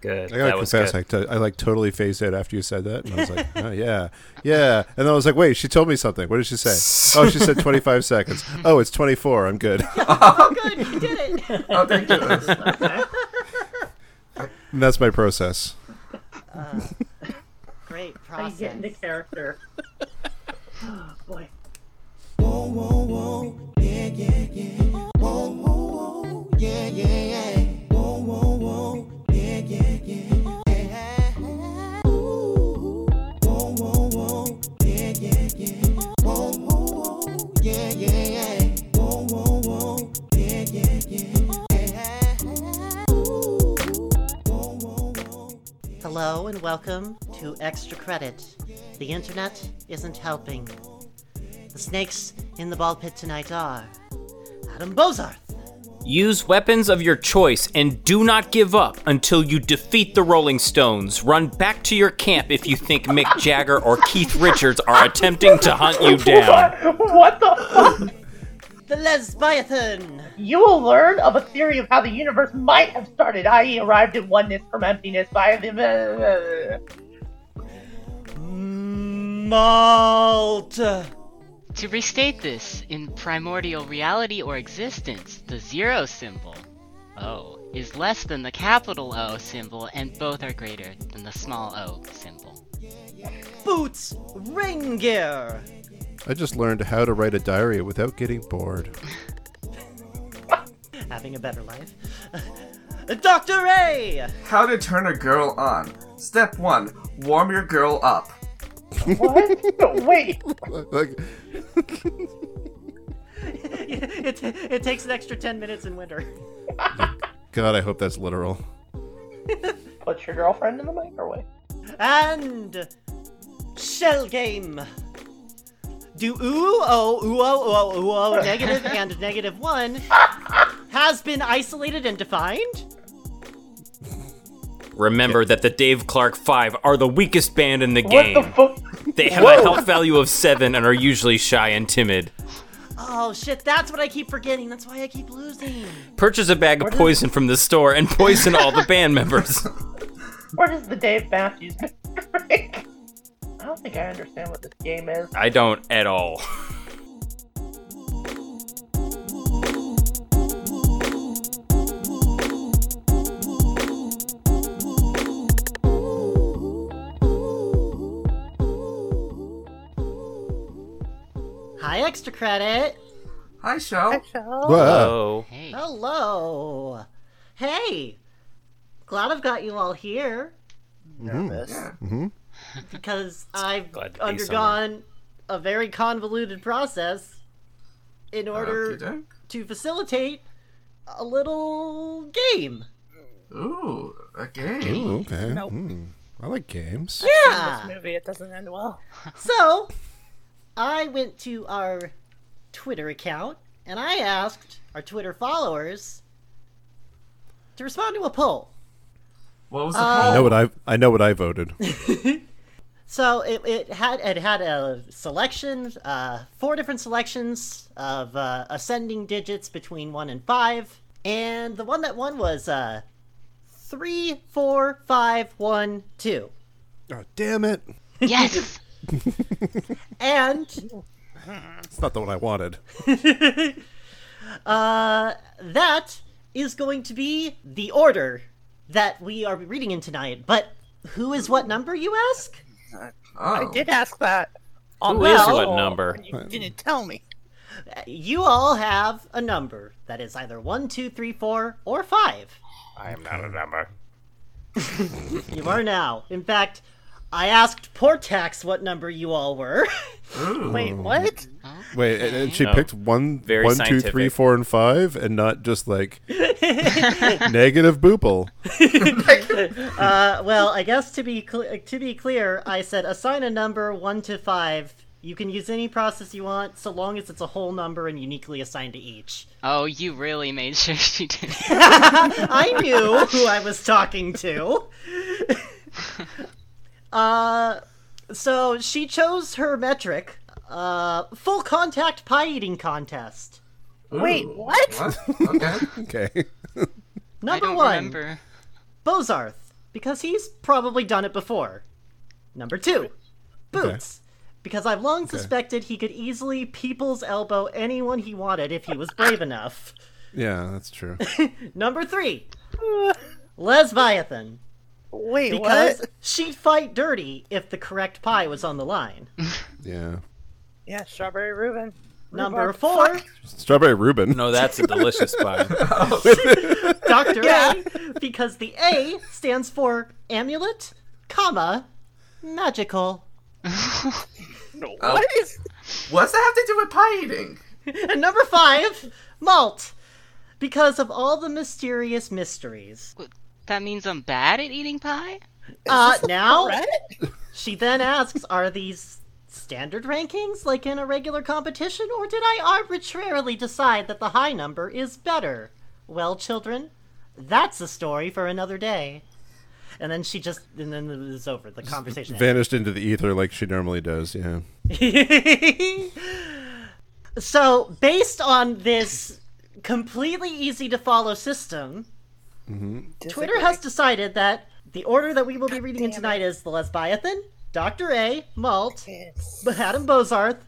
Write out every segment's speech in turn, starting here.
good. I gotta that was confess, good. I, to- I like totally phased out after you said that, and I was like, oh, yeah, yeah, and then I was like, wait, she told me something. What did she say? Oh, she said twenty five seconds. Oh, it's twenty four. I'm good. Oh, good, you did it. Oh, thank goodness. And that's my process. Are Great you process. getting the character? oh, boy. Hello and welcome to Extra Credit. The internet isn't helping. The snakes in the ball pit tonight are Adam Bozarth, Use weapons of your choice and do not give up until you defeat the Rolling Stones. Run back to your camp if you think Mick Jagger or Keith Richards are attempting to hunt you down. what the fuck? the Lesbiathan, You will learn of a theory of how the universe might have started, i.e., arrived at oneness from emptiness by the. Malt. To restate this, in primordial reality or existence, the zero symbol, O, is less than the capital O symbol, and both are greater than the small o symbol. Boots Rain Gear, I just learned how to write a diary without getting bored. having a better life. Dr. A, How to turn a girl on. Step one: warm your girl up. What? Wait. Like, it, it takes an extra 10 minutes in winter. God, I hope that's literal. Put your girlfriend in the microwave. And shell game. Do ooh oh ooh oh ooh oh ooh oh negative and negative one has been isolated and defined. Remember that the Dave Clark Five are the weakest band in the What the game. fuck? They have a health value of seven and are usually shy and timid. Oh shit, that's what I keep forgetting. That's why I keep losing. Purchase a bag of poison from the store and poison all the band members. Where does the Dave Matthews break? I don't think I understand what this game is. I don't at all. Hi, extra credit. Hi, Shell. Whoa. Oh. Hey, Hello. Hey. Glad I've got you all here because I've Mm-hmm. Glad to be undergone a very convoluted process in order Okey-doke. to facilitate a little game. Ooh, a game. Ooh, okay. Nope. Mm. I like games. Yeah. movie. It doesn't end well. Ah. So, I went to our Twitter account and I asked our Twitter followers to respond to a poll. What was the I poll? know what I I know what I voted. So it, it had it had a selection, uh, four different selections of uh, ascending digits between one and five, and the one that won was uh, three, four, five, one, two, oh, damn it! yes! and It's not the one I wanted. uh, that is going to be the order that we are reading in tonight. But who is what number, you ask? Oh. I did ask that. On Who the is call, what number? and You didn't tell me. You all have a number that is either one, two, three, four, or five. I am not a number. You are now. In fact, I asked Portax what number you all were. Ooh. Wait, what? Wait, and, and she No. picked one, Very one, two, three, scientific. four, and five, and not just like negative boople. uh, well, I guess to be cl- to be clear, I said assign a number one to five. You can use any process you want, so long as it's a whole number and uniquely assigned to each. Oh, you really made sure she did. I knew who I was talking to. uh, so she chose her metric, uh, full contact pie eating contest. Wait, what? What? Okay. Okay. Number I don't one, remember. Bozarth. because he's probably done it before. Number two, Boots. Because I've long suspected he could easily people's elbow anyone he wanted if he was brave enough. Yeah, that's true. Number three, Lesbiathan. Wait, Because what? she'd fight dirty if the correct pie was on the line. Yeah. Yeah, strawberry Reuben. Number Rhubarb. four, Strawberry Reuben. No, that's a delicious pie. Dr. A. Because the A stands for amulet, comma, magical. What is? What's that have to do with pie eating? And number five, malt. Because of all the mysterious mysteries. What- That means I'm bad at eating pie? Uh, now, Right? she then asks, are these standard rankings like in a regular competition, or did I arbitrarily decide that the high number is better? Well, children, that's a story for another day. And then she just, and then it was over. The conversation. ends. Vanished into the ether like she normally does. Yeah. so, based on this completely easy to follow system, Twitter has decided that the order that we will be reading in tonight is the Lesbiathan, Dr. A, Malt, Yes. Adam Bozarth,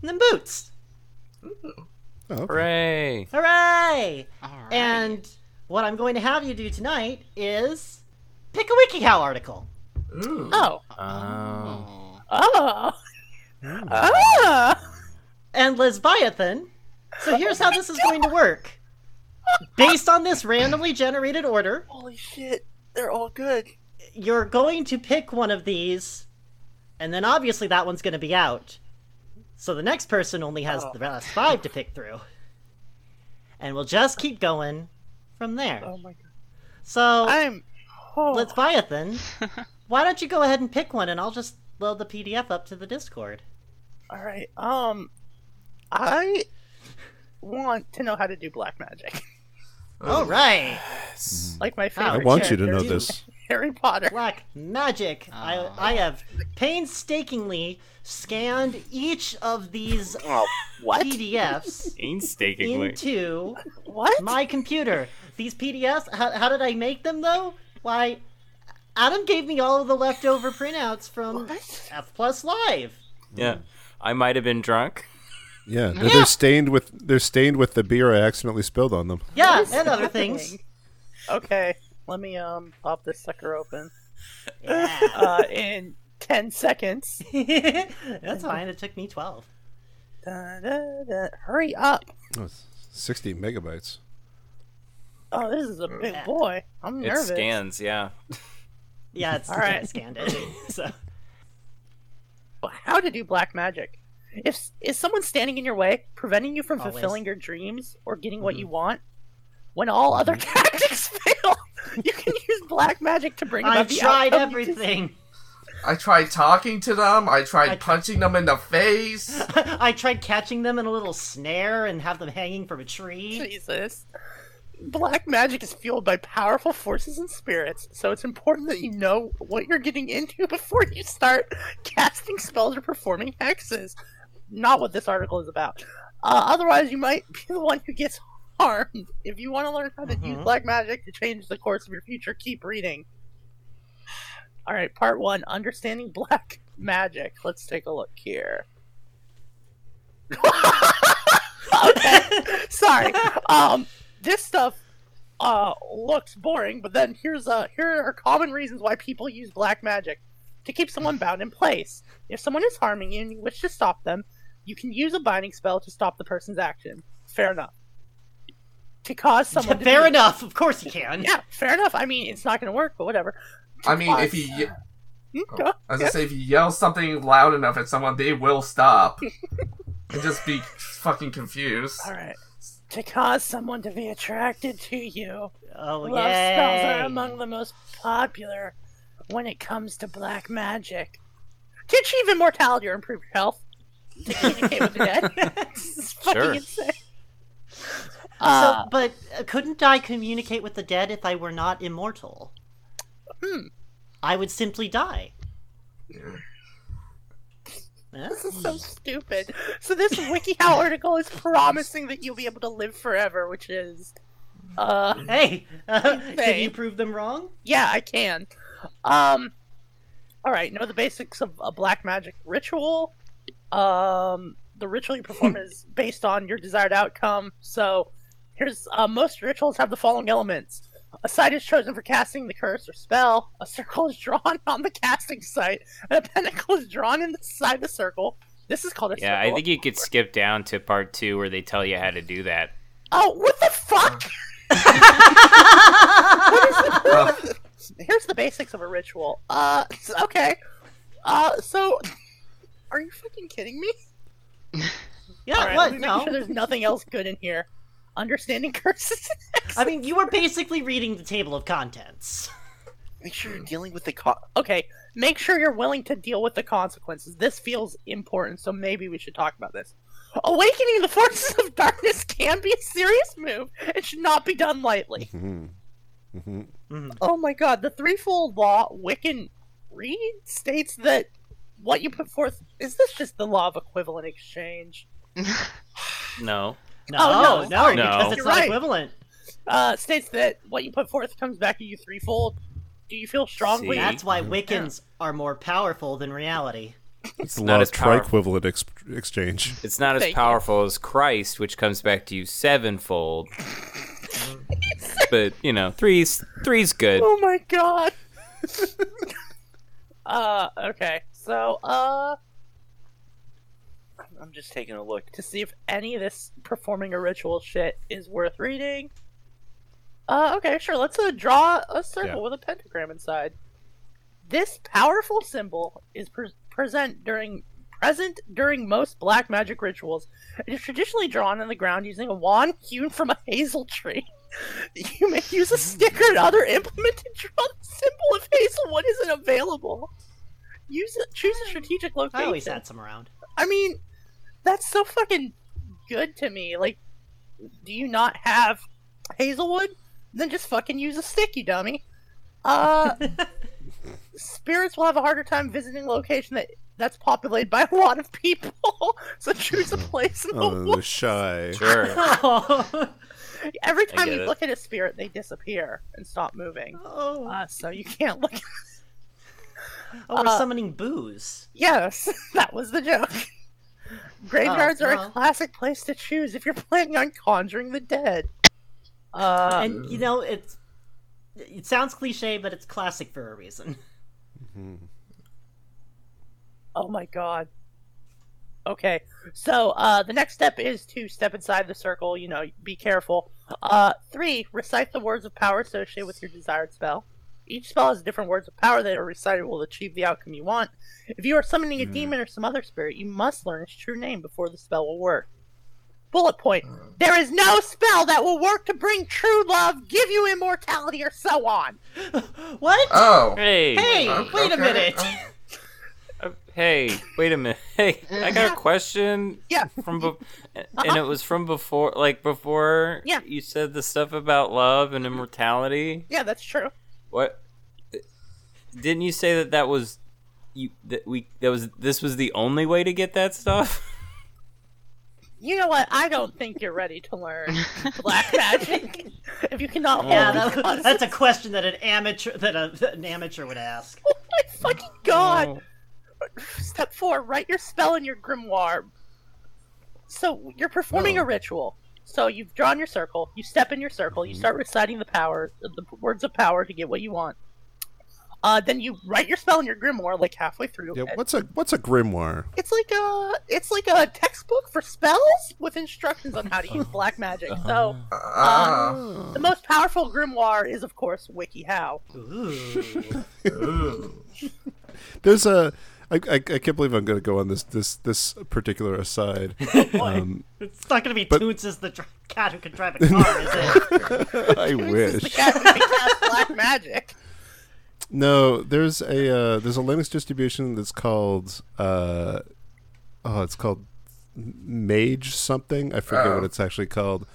and then Boots. Oh, okay. Hooray. Hooray! Alright. And what I'm going to have you do tonight is pick a WikiHow article. Oh. Oh. Oh. Oh. and Lesbiathan. So here's how this is going to work. Based on this randomly generated order, Holy shit. They're all good. you're going to pick one of these, and then obviously that one's going to be out. So the next person only has the last five to pick through. And we'll just keep going from there. Oh my god. So, I'm. Oh. Lesbiathan, why don't you go ahead and pick one, and I'll just load the PDF up to the Discord. All right. Um, I want to know how to do black magic, All right. like my I favorite. want you to know character, this. Harry Potter. black magic. I, I have painstakingly scanned each of these Oh, what? PDFs Painstakingly. into What? my computer. These PDFs, how, how did I make them though? Why, Adam gave me all of the leftover printouts from F Plus Live. Yeah. I might have been drunk. Yeah. They're, they're stained with they're stained with the beer I accidentally spilled on them. Yeah, and other things. Okay, let me um pop this sucker open. Yeah. Uh, in ten seconds. That's fine. It took me 12. Da, da, da. Hurry up! Oh, it's 60 megabytes. Oh, this is a big boy. I'm It nervous. scans, yeah. Yeah, it's All I right. scanned it. So How to do black magic? If is someone standing in your way, preventing you from Always. Mm-hmm. fulfilling your dreams or getting what you want, when all other tactics fail, you can use black magic to bring about I've the tried outcome you everything. I tried talking to them. I tried punching them in the face. I tried catching them in a little snare and have them hanging from a tree. Jesus. Black magic is fueled by powerful forces and spirits, so it's important that you know what you're getting into before you start casting spells or performing hexes. Not what this article is about. Uh, otherwise, you might be the one who gets harmed. If you want to learn how to use black magic to change the course of your future, keep reading. All right, part one understanding black magic. Let's take a look here. Sorry. Um, this stuff uh looks boring, but then here's uh here are common reasons why people use black magic to keep someone bound in place. If someone is harming you and you wish to stop them, you can use a binding spell to stop the person's action. Fair enough. To cause someone. to Fair be- enough. Of course you can. Yeah, fair enough. I mean, it's not going to work, but whatever. I mean, if you, ye- Oh. oh, Hmm, I go. was Yeah. gonna say, if you yell something loud enough at someone, they will stop. and just be fucking confused. All right. To cause someone to be attracted to you. Oh Love spells yay. are among the most popular when it comes to black magic. To achieve immortality or improve your health, to communicate with the dead. this is fucking Sure. insane. so, Uh, but uh, couldn't I communicate with the dead if I were not immortal? Hmm. I would simply die. Huh? this is so stupid. So this WikiHow article is promising that you'll be able to live forever, which is Uh, Hey, uh, can Hey. you prove them wrong? yeah, I can. Um, all right, know the basics of a black magic ritual. Um, the ritual you perform is based on your desired outcome. So, here's uh, most rituals have the following elements: a site is chosen for casting the curse or spell. A circle is drawn on the casting site, and a pentacle is drawn inside the circle. This is called a Yeah, circle. I think you could skip down to part two where they tell you how to do that. Oh, what the fuck! Uh, here's the basics of a ritual. Uh, s- okay. Uh, so, are you fucking kidding me? Yeah, All right, let what? me make No. sure there's nothing else good in here. Understanding curses. I mean, you were basically reading the table of contents. make sure you're dealing with the co- okay. Make sure you're willing to deal with the consequences. This feels important, so maybe we should talk about this. Awakening the forces of darkness can be a serious move and should not be done lightly. Mm-hmm. Oh my god, the threefold law Wiccan read states that what you put forth is this just the law of equivalent exchange? No. No, Oh, no, no, sorry, No. because it's you're not right. equivalent. Uh, states that what you put forth comes back at you threefold. Do you feel strongly? See? That's why Wiccans are more powerful than reality. It's a not lot as of powerful. triquivalent ex- exchange. It's not as Thank you. powerful as Christ, which comes back to you sevenfold. but you know, three's three's good. Oh my god. uh, okay. So, uh, I'm- I'm just taking a look to see if any of this performing a ritual shit is worth reading. Uh, okay, sure. Let's uh, draw a circle Yeah. with a pentagram inside. This powerful symbol is pre- present during present during most black magic rituals. It is traditionally drawn in the ground using a wand hewn from a hazel tree. You may use a stick or another implement to draw the symbol if hazelwood isn't available. Use a, choose a strategic I location. always had some around. I mean, that's so fucking good to me. Like, do you not have Hazelwood? Then just fucking use a stick, you dummy. Uh, spirits will have a harder time visiting a location that that's populated by a lot of people. so choose a place in the Oh, woods. shy. Sure. Oh, Every I time get you it. look at a spirit, they disappear and stop moving. oh, Uh, so you can't look. we're Uh, summoning booze. Yes, that was the joke. Graveyards are well. a classic place to choose if you're planning on conjuring the dead. Uh, and you know, it's it sounds cliche, but it's classic for a reason. Mm-hmm. Oh my god. Okay. So uh the next step is to step inside the circle, you know, be careful. Uh three, recite the words of power associated with your desired spell. Each spell has different words of power that are recited will achieve the outcome you want. If you are summoning a demon or some other spirit, you must learn its true name before the spell will work. Bullet point. There is no spell that will work to bring true love, give you immortality, or so on. What? oh. Hey, hey, Uh, wait a okay, minute. uh, uh, hey, wait a minute. Hey, I got a question. Yeah. Uh-huh. From be- and it was from before, like before. Yeah. You said the stuff about love and immortality. Yeah, that's true. What? Didn't you say that that was you that we that was this was the only way to get that stuff? You know what? I don't think you're ready to learn black magic. if you Oh, cannot yeah, hold these that, concepts- that's a question that an amateur that, a, that an amateur would ask. Oh my fucking god! Oh. Step four: write your spell in your grimoire. So you're performing Oh. a ritual. So you've drawn your circle. You step in your circle. Mm-hmm. You start reciting the power, the words of power to get what you want. Uh, then you write your spell in your grimoire like halfway through. Yeah, what's a what's a grimoire? It's like a it's like a textbook for spells with instructions on how to use black magic. So um, uh, the most powerful grimoire is, of course, WikiHow. Ooh. There's a. I, I, I can't believe I'm going to go on this this this particular aside. Um, it's not going to be But- Toots as the dr- cat who can drive a car, is it? I This is the wish. cat who can cast black magic. No, there's a uh, there's a Linux distribution that's called uh, oh, it's called Mage something. I forget what it's actually called.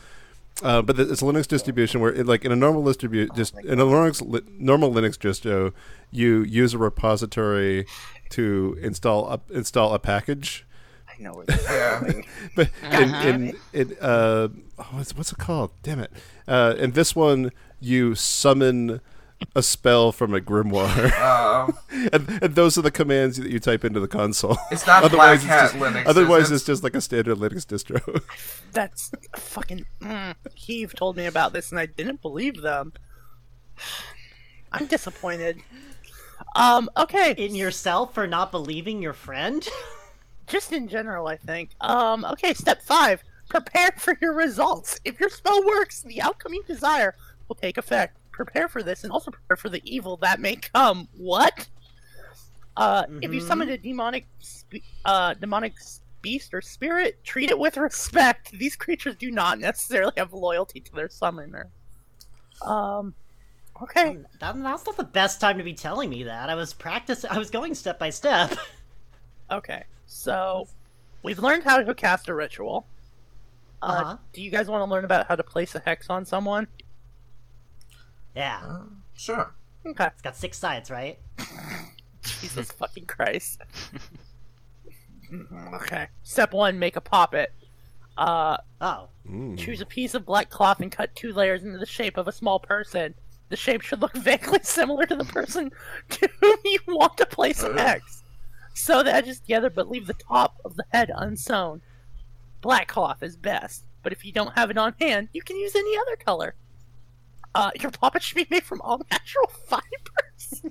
Uh, but th- it's a Linux distribution where, it, like in a normal distribu- just in a Linux li- normal Linux distro, you use a repository to install a, install a package, know where this is Yeah. going. but in, Uh-huh. in, in uh, oh, what's, what's it called? Damn it! Uh, in this one, you summon a spell from a grimoire, Uh, and, and those are the commands that you type into the console. It's not otherwise Black it's Hat just, Linux, is Otherwise, it? it's just like a standard Linux distro. That's fucking. Mm, Heave told me about this, and I didn't believe them. I'm disappointed. Um. Okay. In yourself for not believing your friend? just in general, I think. Um, okay, step five prepare for your results. If your spell works, the outcome you desire will take effect. Prepare for this and also prepare for the evil that may come. What? Uh, If you Mhm. summon a demonic, spe- uh, demonic s- beast or spirit, treat it with respect. These creatures do not necessarily have loyalty to their summoner. Um, okay. That, that's not the best time to be telling me that. I was practicing. I was going step by step. Okay, so we've learned how to cast a ritual. Uh, Uh-huh. Do you guys want to learn about how to place a hex on someone? Yeah, sure. Okay. it's got six sides, right? Jesus fucking Christ. Mm, okay. Step one: make a poppet. Uh, Oh, choose a piece of black cloth and cut two layers into the shape of a small person. The shape should look vaguely similar to the person to whom you want to place an hex. Sew the edges together, but leave the top of the head unsewn. Black cloth is best, but if you don't have it on hand, you can use any other color. Uh, your poppet should be made from all natural fibers.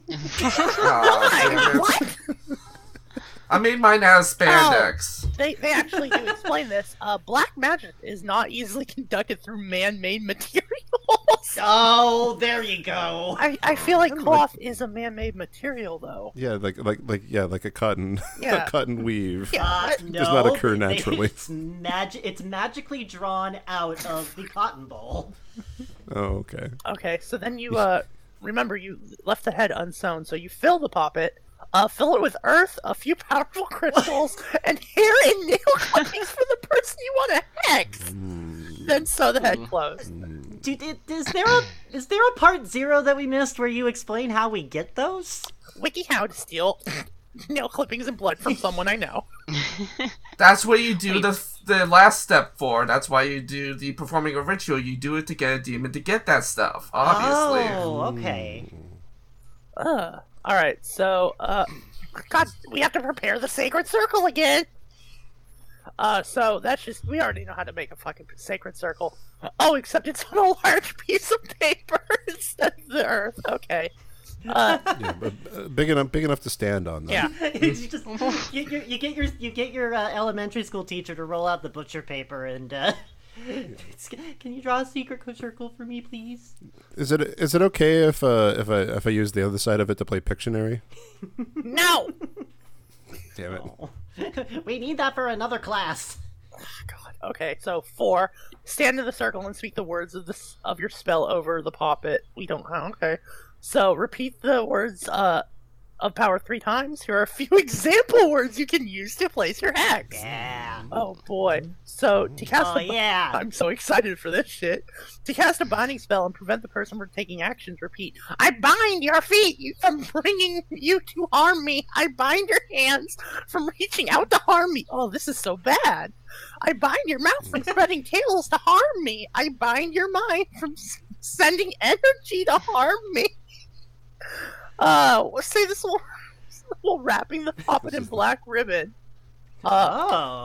Oh, damn it. what? I made mine out of Oh. spandex. They, they actually do explain this. Uh, black magic is not easily conducted through man-made materials. oh, there you go. I, I feel like cloth is a man-made material, though. yeah, like like like yeah, like a cotton Yeah. a cotton weave. Uh, no, does not occur they- naturally. It's, magi- it's magically drawn out of the cotton bowl. Oh, okay. Okay, so then you uh, remember you left the head unsewn, so you fill the poppet, uh, fill it with earth, a few powerful crystals, and hair and nail cuttings for the person you want to hex. Then sew the head closed. Dude, i- is there a is there a part zero that we missed where you explain how we get those? Wiki how to steal nail clippings and blood from someone I know. That's what you do the the last step for. That's why you do the performing a ritual. You do it to get a demon to get that stuff. Obviously. Oh, okay. Uh, all right, so uh, God, we have to prepare the sacred circle again. Uh, so that's just we already know how to make a fucking sacred circle. Oh, except it's on a large piece of paper instead of the earth. Okay. Uh, Yeah, but, uh, big enough big enough to stand on. Though. yeah. you, just, you, you, you get your you get your uh, elementary school teacher to roll out the butcher paper and. Uh, Can you draw a secret circle for me, please? Is it is it okay if uh, if I if I use the other side of it to play Pictionary? No. Damn it. we need that for another class. God. Okay. So four. Stand in the circle and speak the words of this of your spell over the poppet. We don't. oh, Okay. So repeat the words uh, of power three times. Here are a few example words you can use to place your hex. Yeah. Oh boy. So to cast Oh the. yeah. I'm so excited for this shit. To cast a binding spell and prevent the person from taking actions, repeat, I bind your feet you- from bringing you to harm me. I bind your hands from reaching out to harm me. Oh, this is so bad. I bind your mouth from spreading tales to harm me. I bind your mind from s- sending energy to harm me. Uh, let's say this little, this little wrapping the poppet in black ribbon. Uh,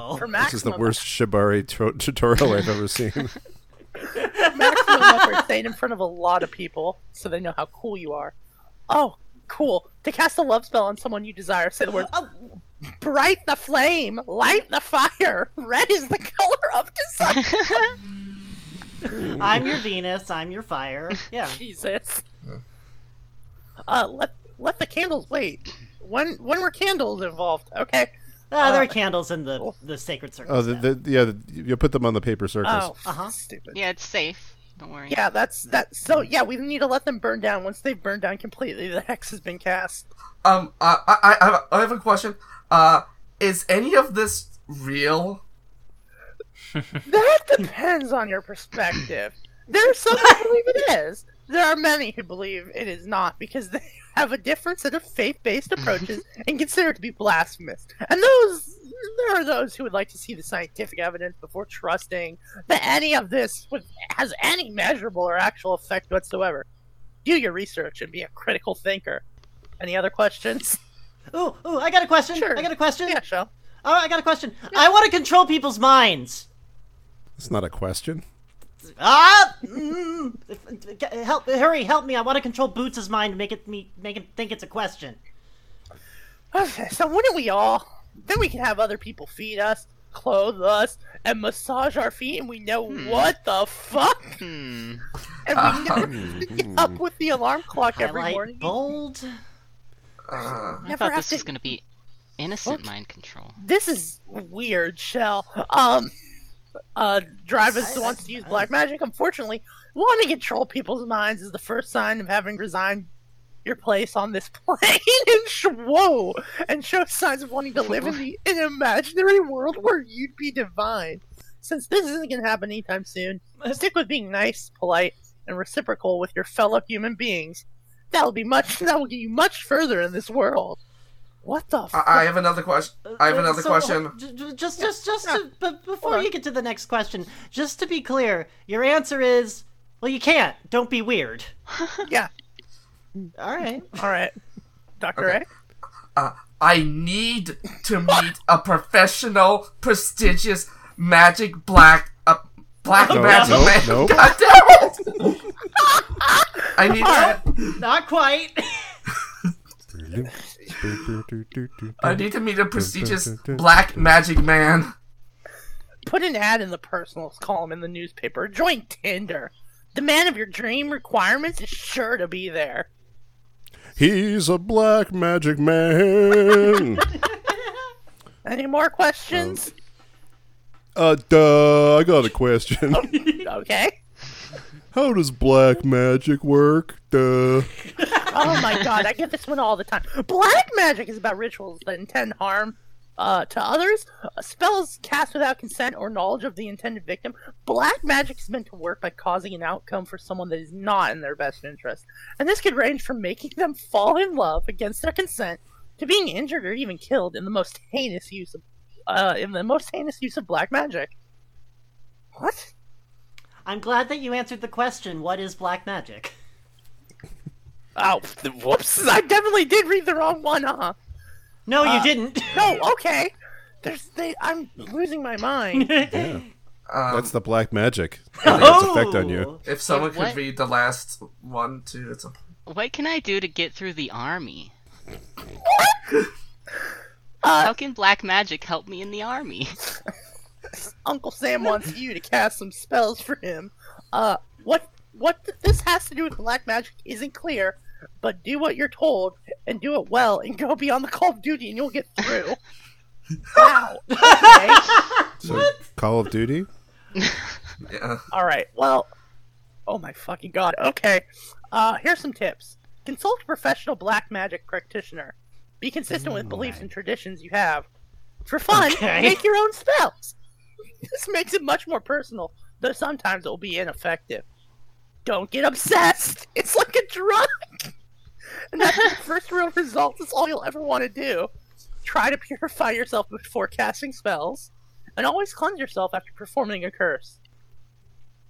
Oh. for This is the maximum worst Shibari tro- tutorial I've ever seen. maximum effort staying in front of a lot of people so they know how cool you are. Oh, cool. To cast a love spell on someone you desire, say the word Oh, bright the flame, light the fire. Red is the color of desire. I'm your Venus. I'm your fire. Yeah. Jesus. Uh, let, let the candles wait. When, when were candles involved? Okay. Ah, Uh, there are candles in the the sacred circle. Oh, the, the, yeah, the, you put them on the paper circles. Oh, Uh-huh. stupid. Yeah, it's safe. Don't worry. Yeah, that's that. So yeah, we need to let them burn down. Once they've burned down completely, the hex has been cast. Um. Uh, I, I- I have- I have a question. Uh, is any of this real? That depends on your perspective. There are some who believe it is. There are many who believe it is not because they have a different set of faith-based approaches and consider it to be blasphemous. And those there are those who would like to see the scientific evidence before trusting that any of this would, has any measurable or actual effect whatsoever. Do your research and be a critical thinker. Any other questions? Ooh, ooh, I got a question. Sure. I got a question. Yeah, Shell. Oh, I got a question. I want to control people's minds. It's not a question. Ah! Mm, help! Hurry! Help me! I want to control Boots' mind. Make it me. Make him think it's a question. Okay, so wouldn't we all? Then we can have other people feed us, clothe us, and massage our feet, and we know what the fuck. Hmm. And we never have to get up with the alarm clock every Highlight morning. bold. Uh, I Never thought have this to- was gonna be innocent mind control. This is weird, Shell. Um, uh, Drivus wants to use black magic. Unfortunately, wanting to control people's minds is the first sign of having resigned your place on this plane. and sh- whoa, and show signs of wanting to live in the, an imaginary world where you'd be divine. Since this isn't gonna happen anytime soon, stick with being nice, polite, and reciprocal with your fellow human beings. That'll be much. That will get you much further in this world. What the? I, I have another question. I have Uh, another so, question. j- j- Just, just, just, yeah. to, but before on. you get to the next question, just to be clear, your answer is, well, you can't. Don't be weird. Yeah. All right. All right, Doctor Okay. A. Uh, I need to meet a professional, prestigious magic black uh, black No, magic no, man. no. God damn it! I need. Not quite. I need to meet a prestigious black magic man. Put an ad in the personals column in the newspaper. Join Tinder. The man of your dream requirements is sure to be there. He's a black magic man. Any more questions? uh, duh. I got a question. Oh. okay. How does black magic work? Duh. Oh my god, I get this one all the time. Black magic is about rituals that intend harm uh, to others, uh, spells cast without consent or knowledge of the intended victim. Black magic is meant to work by causing an outcome for someone that is not in their best interest. And this could range from making them fall in love against their consent to being injured or even killed in the most heinous use of uh, in the most heinous use of black magic. What? I'm glad that you answered the question. What is black magic? Oh, whoops! I definitely did read the wrong one, uh-huh. huh? No, you didn't. No, okay. There's they I'm losing my mind. Um, That's the black magic. and its effect on you. Oh. if someone could what? read the last one too, it's a What can I do to get through the army? How can black magic help me in the army? Uncle Sam wants you to cast some spells for him. Uh what what th- this has to do with black magic isn't clear, but do what you're told and do it well and go beyond the call of duty and you'll get through. wow. Okay. So, Call of Duty. yeah. All right. Well, oh my fucking god. Okay. Uh, here's some tips. Consult a professional black magic practitioner. Be consistent with beliefs and traditions you have. For fun, Okay. make your own spells. This makes it much more personal, though sometimes it will be ineffective. Don't get obsessed. It's like a drug. And after the first real result is all you'll ever want to do. Try to purify yourself before casting spells, and always cleanse yourself after performing a curse.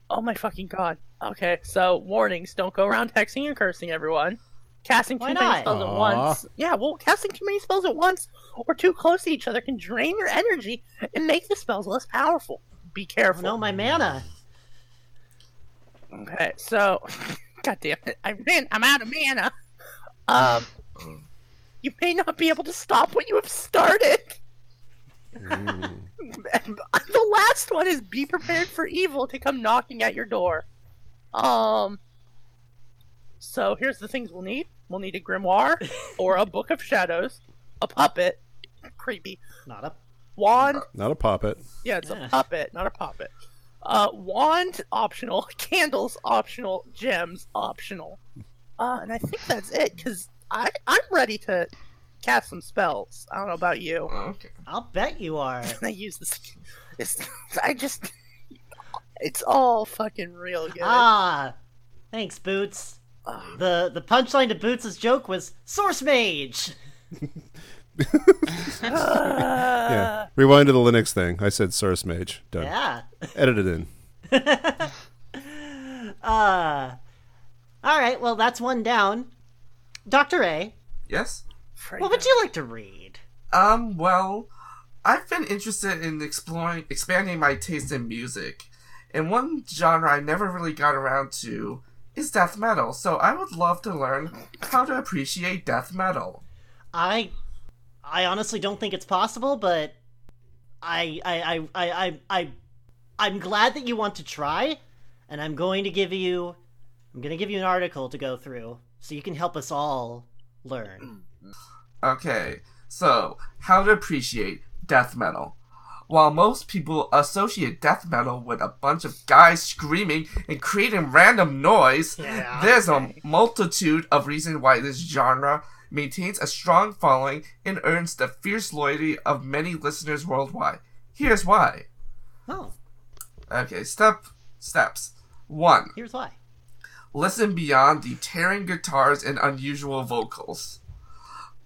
Oh my fucking god. Okay, so warnings: don't go around hexing and cursing everyone. Casting too Why many not? spells at Aw. once. Yeah, well, casting too many spells at once or too close to each other can drain your energy and make the spells less powerful. Be careful. Oh, No, my mana. Okay, so, god damn it, I ran. I'm out of mana. Um, you may not be able to stop what you have started. Mm, the last one is be prepared for evil to come knocking at your door. Um, so here's the things we'll need: we'll need a grimoire or a book of shadows, a puppet, creepy Not a. wand, Not a puppet. yeah, it's Yeah. a puppet, not a puppet. Uh, wand optional, candles optional, gems optional. Uh, and I think that's it because I I'm ready to cast some spells. I don't know about you. Okay. I'll bet you are. And I use this. It's, I just. It's all fucking real good. Ah, thanks, Boots. Ah. The the punchline to Boots' joke was source mage. yeah. Rewind to the Linux thing. I said Source Mage. Done. Uh. Yeah. Edit it in. Uh, all right. Well, that's one down. Doctor A, Yes? what would you like to read? Um, well, I've been interested in exploring, expanding my taste in music, and one genre I never really got around to is death metal. So I would love to learn how to appreciate death metal. I, I honestly don't think it's possible, but I, I, I, I, I, I I'm glad that you want to try, and I'm going to give you, I'm going to give you an article to go through so you can help us all learn. Okay, so how to appreciate death metal. While most people associate death metal with a bunch of guys screaming and creating random noise, there's a multitude of reasons why this genre maintains a strong following and earns the fierce loyalty of many listeners worldwide. Here's why. Oh, Okay, step steps. One, here's why. listen beyond the tearing guitars and unusual vocals.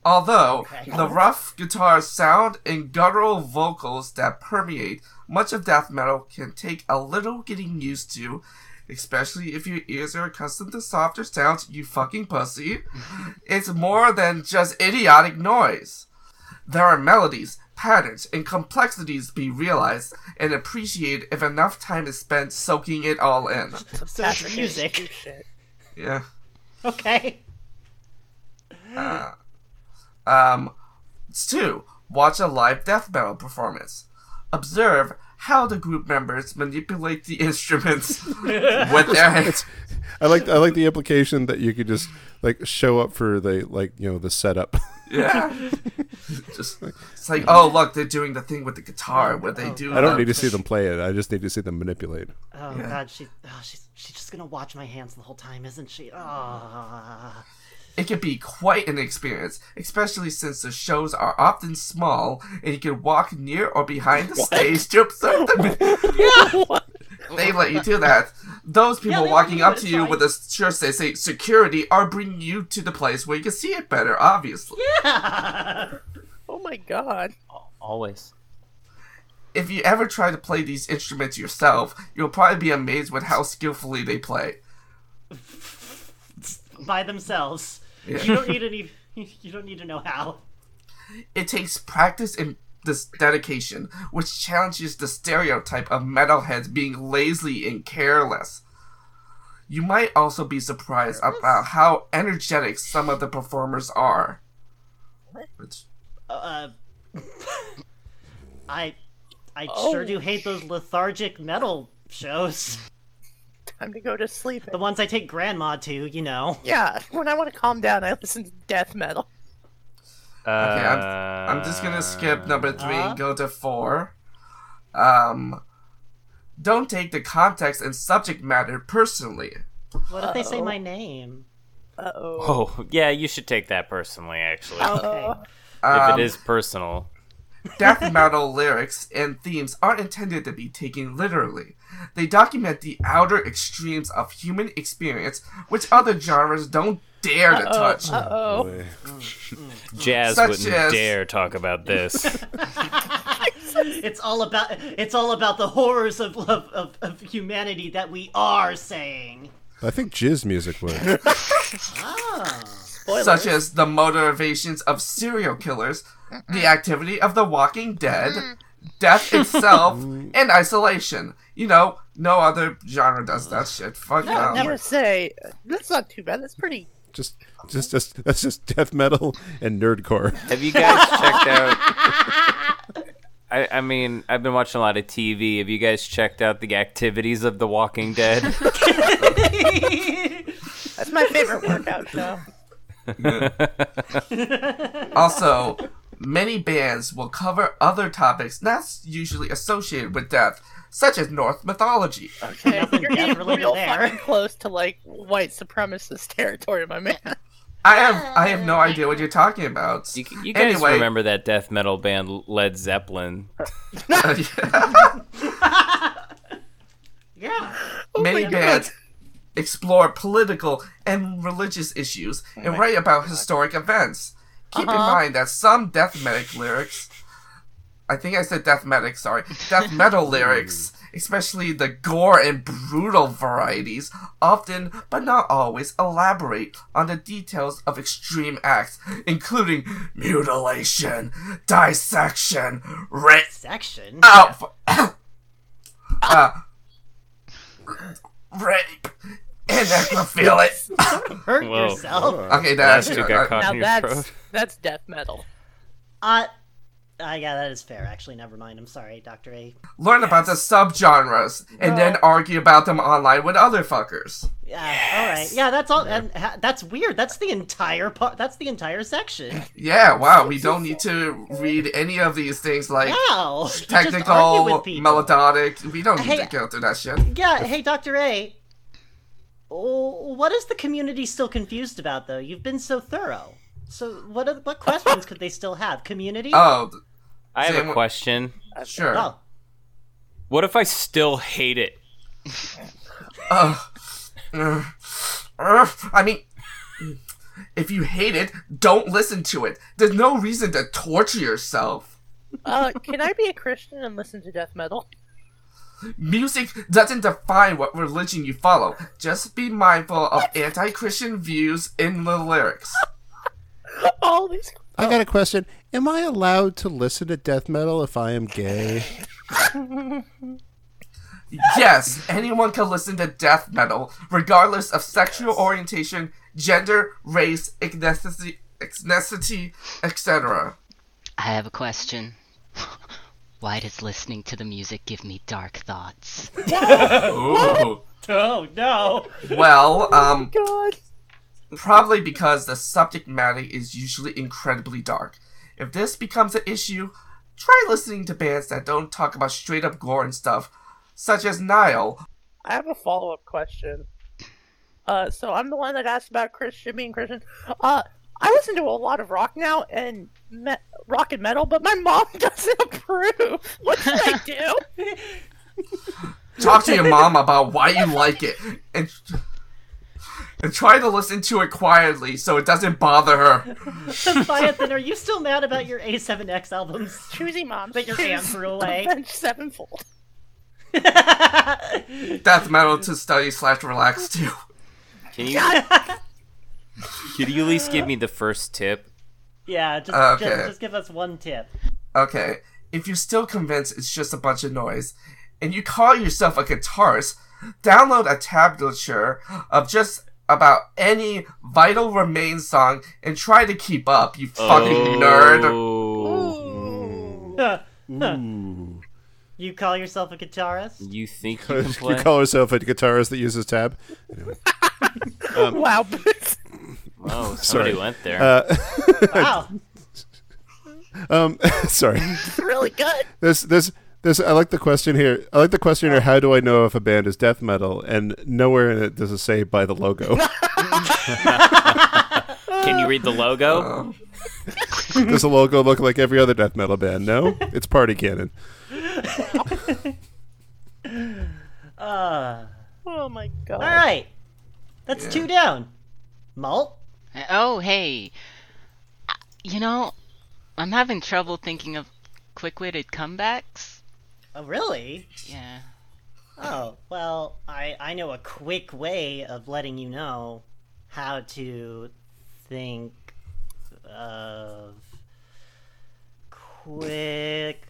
Although the rough guitar sound and guttural vocals that permeate much of death metal can take a little getting used to, especially if your ears are accustomed to softer sounds, you fucking pussy. it's more than just idiotic noise. There are melodies, patterns, and complexities to be realized and appreciated if enough time is spent soaking it all in. So it's music, Yeah. okay? Um, two, watch a live death metal performance. Observe how the group members manipulate the instruments with their hands. I like I like the implication that you could just like show up for the like you know the setup. Yeah. Just, it's like, oh, look, they're doing the thing with the guitar where they do. I don't the- need to see them play it. I just need to see them manipulate. Oh God, she, oh, she's she's just gonna watch my hands the whole time, isn't she? Ah. It can be quite an experience, especially since the shows are often small and you can walk near or behind the stage to observe them. They let you do that. Those people they let walking you up do to it, you fine. with a shirt that say security are bringing you to the place where you can see it better, obviously. Oh my god. Always. If you ever try to play these instruments yourself, you'll probably be amazed with how skillfully they play. by themselves. Yeah. You don't need any. You don't need to know how. It takes practice and this dedication, which challenges the stereotype of metalheads being lazy and careless. You might also be surprised about how energetic some of the performers are. Which- Uh, I, I sure do hate those lethargic metal shows. Time to go to sleep. The ones I take grandma to, you know. Yeah, when I want to calm down, I listen to death metal. uh, Okay, I'm, I'm just gonna skip number three and go to four. Um, don't take the context and subject matter personally. What if they say my name? Uh oh. Oh, yeah, you should take that personally, actually. Okay. if Um, it is personal. death metal lyrics and themes aren't intended to be taken literally. They document the outer extremes of human experience, which other genres don't dare to touch. Uh oh. Boy. Jazz Such wouldn't as- dare talk about this. It's all about. It's all about the horrors of of, of, of humanity that we are saying. I think jizz music would. such as the motivations of serial killers, the activity of the walking dead, death itself, and isolation. You know, no other genre does that shit. Fuck I no. never say that's not too bad. That's pretty. Just just just that's just death metal and nerdcore. Have you guys checked out? I, I mean, I've been watching a lot of TV. Have you guys checked out the activities of The Walking Dead? That's my favorite workout show. Also, many bands will cover other topics not usually associated with death, such as Norse mythology. Okay, you're death getting related real there. fucking close to like white supremacist territory, my man. I have I have no idea what you're talking about. You, you guys Anyway. remember that death metal band Led Zeppelin? Yeah. Many bands explore political and religious issues and write about historic events. Keep in mind that some death medic lyrics, I think I said death medic, sorry, death metal lyrics, especially the gore and brutal varieties, often but not always elaborate on the details of extreme acts, including mutilation, dissection, rape, Section. out for- uh, Ah. rape and necrophilic. Hurt Whoa. yourself. Okay, Last that's two got caught Now in your that's throat. that's death metal. Uh, uh, yeah, that is fair. Actually, never mind. I'm sorry, Doctor A. Learn about the subgenres and then argue about them online with other fuckers. Yeah. All right. Yeah, that's all. And ha- that's weird. That's the entire part. That's the entire section. Yeah, wow, we don't need to read any of these things like Wow. You just argue technical, with people. melodic. We don't need Hey, to go through that shit. Yeah. Hey, Doctor A. Oh, What is the community still confused about, though? You've been so thorough. So, what are, what questions could they still have? Community? Oh, I have Same a with- question. sure. oh. What if I still hate it? Ugh. Ugh. I mean, if you hate it, don't listen to it. There's no reason to torture yourself. Uh, can I be a Christian and listen to death metal? Music doesn't define what religion you follow. Just be mindful of anti Christian views in the lyrics. All Oh, these. I got a question. Am I allowed to listen to death metal if I am gay? Yes, anyone can listen to death metal, regardless of sexual orientation, gender, race, ethnicity, ethnicity etc. I have a question. Why does listening to the music give me dark thoughts? Ooh. Oh no. Well, um, God. Probably because the subject matter is usually incredibly dark. If this becomes an issue, try listening to bands that don't talk about straight up gore and stuff, such as Nile. I have a follow up question. Uh, so I'm the one that asked about Christian being Christian. Uh, I listen to a lot of rock now and me- rock and metal, but my mom doesn't approve. What should I do? Talk to your mom about why you like it, and and try to listen to it quietly so it doesn't bother her. Leviathan, are you still mad about your A7X albums? Choosy mom. That your hand threw away. Avenged Sevenfold. Death metal to study slash relax to. Can you? Could you at least give me the first tip? yeah, just, Oh, Okay. just just give us one tip. Okay, if you're still convinced it's just a bunch of noise, and you call yourself a guitarist, download a tablature of just about any Vital Remains song and try to keep up, you fucking nerd. Oh, You call yourself a guitarist? You think you can you play? call yourself a guitarist that uses tab? Wow, but oh, somebody Sorry. went there. Wow. Um, sorry. it's really good. This this this I like the question here. I like the question here. How do I know if a band is death metal? And nowhere in it does it say by the logo. can you read the Uh, logo? does the logo look like every other death metal band? No, it's Party Cannon. Oh my god. All right. That's two down. Malt? Oh, hey. Uh, You know, I'm having trouble thinking of quick-witted comebacks. Oh, really? Yeah. Oh, well, I, I know a quick way of letting you know how to think of quick.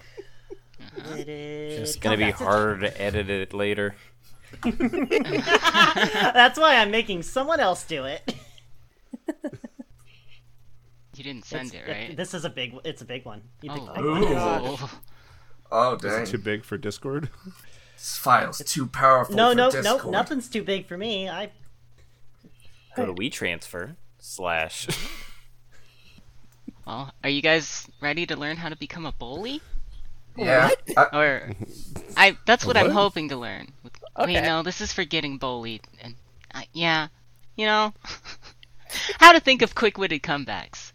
Uh-huh. It's gonna be harder to edit it later. That's why I'm making someone else do it. You didn't send it, right? This is a big. It's a big one. You picked Oh. a big one. Ooh. Oh, dang. Too big for Discord. This file's too powerful No, for no, Discord. no. Nothing's too big for me. I Go to WeTransfer slash. Well, are you guys ready to learn how to become a bully? Yeah. I, Or I that's what, I'm hoping to learn. Wait, Okay. no, this is for getting bullied and I, yeah, you know, how to think of quick-witted comebacks.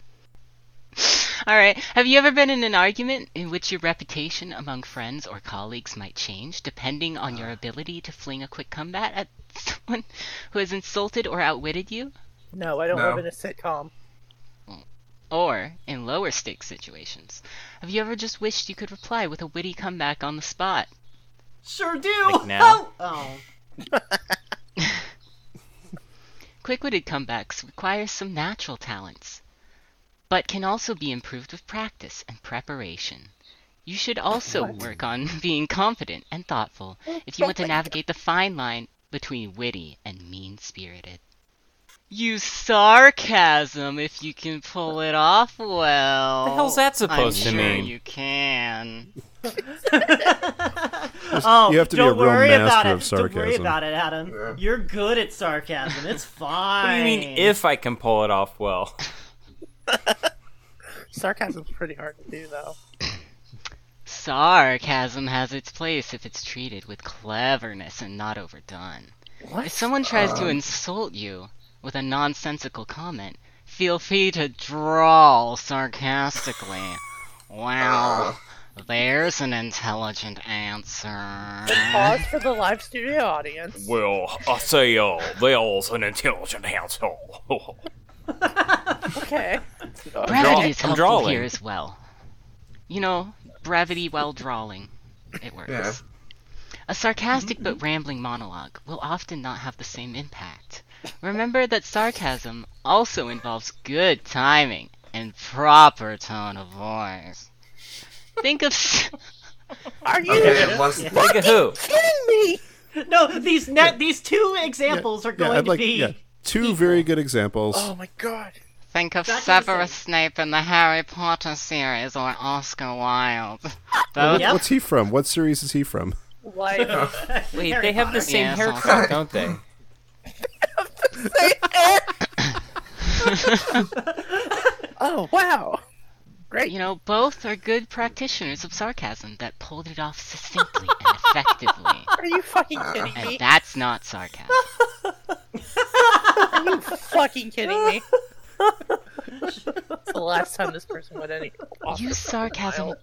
All right. Have you ever been in an argument in which your reputation among friends or colleagues might change depending on your ability to fling a quick comeback at someone who has insulted or outwitted you? No, I don't No. live in a sitcom. Or, in lower stakes situations, have you ever just wished you could reply with a witty comeback on the spot? Sure do. Like now? Oh, Quick witted comebacks require some natural talents, but can also be improved with practice and preparation. You should also work on being confident and thoughtful if you want to navigate the fine line between witty and mean spirited. Use sarcasm if you can pull it off well. The hell's that supposed I'm to sure mean? You can. oh You have to be don't a real worry about master it. of Don't worry sarcasm. about it, Adam. You're good at sarcasm. It's fine. What do you mean if I can pull it off well? Sarcasm's pretty hard to do, though. Sarcasm has its place if it's treated with cleverness and not overdone. If someone tries Um, to insult you with a nonsensical comment, feel free to drawl sarcastically. Well, there's an intelligent answer. Pause for the live studio audience. Well, I say, uh, there's an intelligent household. Okay. Brevity is I'm helpful drawling. here as well. You know, brevity while drawling. It works. Yeah. A sarcastic Mm-hmm. but rambling monologue will often not have the same impact. Remember that sarcasm also involves good timing and proper tone of voice. Think of s- Are you Okay, it was. Think of who? kidding me? No, these net these two examples are going I'd to like be. yeah, two very good examples. Oh my god. think of That's Severus insane. Snape in the Harry Potter series or Oscar Wilde. What- Those Yep. What's he from? What series is he from? Like Wait, they have the same Yes, haircut, don't they? Oh wow. Great. You know, both are good practitioners of sarcasm that pulled it off succinctly and effectively. Are you fucking kidding And me? that's not sarcasm. Are you fucking kidding me? It's the last time this person went any. Use sarcasm.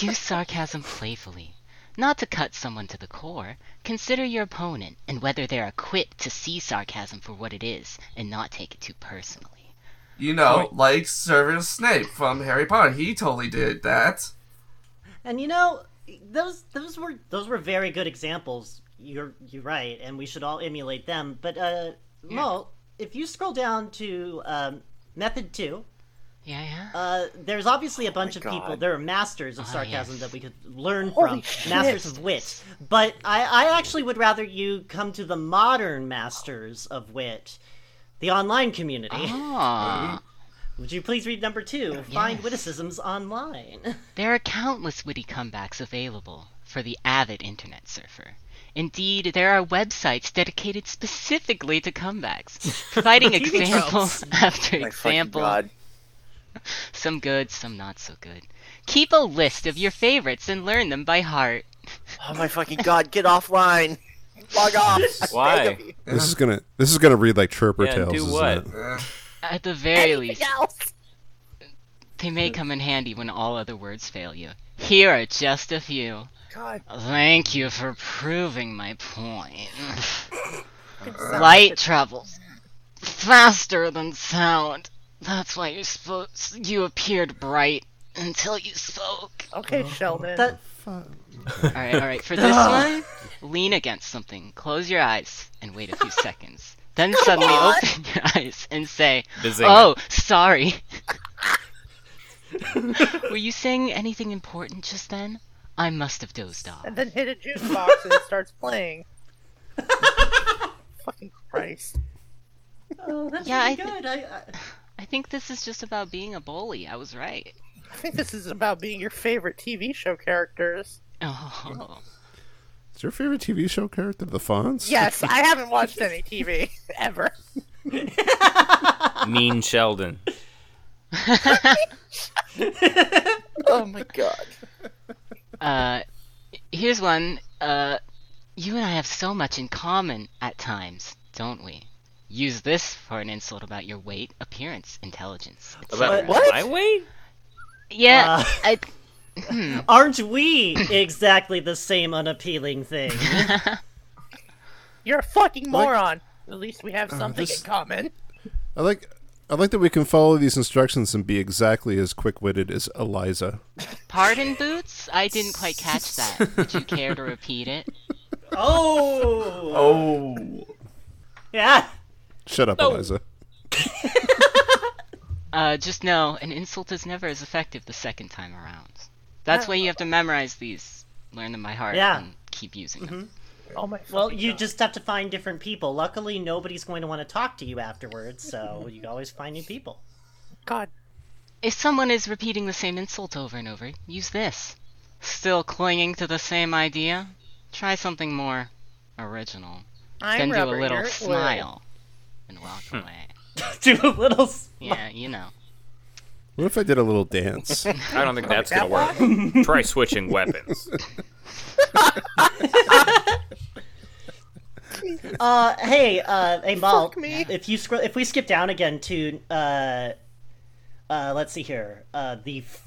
Use sarcasm playfully. Not to cut someone to the core, consider your opponent and whether they're equipped to see sarcasm for what it is and not take it too personally. You know, like Severus Snape from Harry Potter. He totally did that. And you know, those those were those were very good examples. You're you're right, and we should all emulate them. But uh, Mo, if you scroll down to um, method two, Yeah, yeah. uh, there's obviously Oh a bunch of people. God. There are masters of sarcasm yes. that we could learn from, Holy shit. masters of wit. But I, I actually would rather you come to the modern masters of wit, the online community. Ah, Would you please read number two? Oh, Find witticisms online. There are countless witty comebacks available for the avid internet surfer. Indeed, there are websites dedicated specifically to comebacks, providing examples after examples, some good, some not so good. Keep a list of your favorites and learn them by heart. Oh my fucking god, get offline. Oh, Log off. Why? This is gonna this is gonna read like Chirper Yeah, Tales. do isn't what? it? At the very least, else? they may come in handy when all other words fail you. Here are just a few. God. Thank you for proving my point. Light travels faster than sound. That's why you spoke. You appeared bright until you spoke. Okay, Sheldon. That- All right, all right. For this one, lean against something. Close your eyes and wait a few seconds. Then suddenly open your eyes and say, Bazinga. "Oh, sorry." Were you saying anything important just then? I must have dozed off. and then hit a jukebox and it starts playing. fucking Christ. Oh, that's Yeah, really I thi- good. I, I, I think this is just about being a bully. I was right. I think this is about being your favorite TV show characters. Oh, Is your favorite TV show character the Fonz? Yes, I haven't watched any TV ever. Mean Sheldon. Oh my god. uh, here's one. Uh, you and I have so much in common at times, don't we? Use this for an insult about your weight, appearance, intelligence. About etc. what? my weight? Yeah, Uh. I, Aren't we exactly the same unappealing thing? You're a fucking moron. At least we have something this- in common. I like I like that we can follow these instructions and be exactly as quick-witted as Eliza. Pardon, Boots? I didn't quite catch that. Would you care to repeat it? Oh. Oh. Yeah. Shut up, Eliza. Uh, just know, an insult is never as effective the second time around. That's why you have to memorize these, learn them by heart, Oh. Yeah. Mm-hmm. and keep using them. Oh my. Well, fucking you God. just have to find different people. Luckily, nobody's going to want to talk to you afterwards, so you always find new people. God. If someone is repeating the same insult over and over, use this. Still clinging to the same idea? Try something more original. I'm then do Robert a little Yurt. smile and walk Hmm. away. Do a little. s- Yeah, you know. What if I did a little dance? I don't think that's gonna work. Try switching weapons. Uh, hey, uh, hey, Mal. Fuck me. If you scroll, if we skip down again to, uh, uh, let's see here, uh, the f-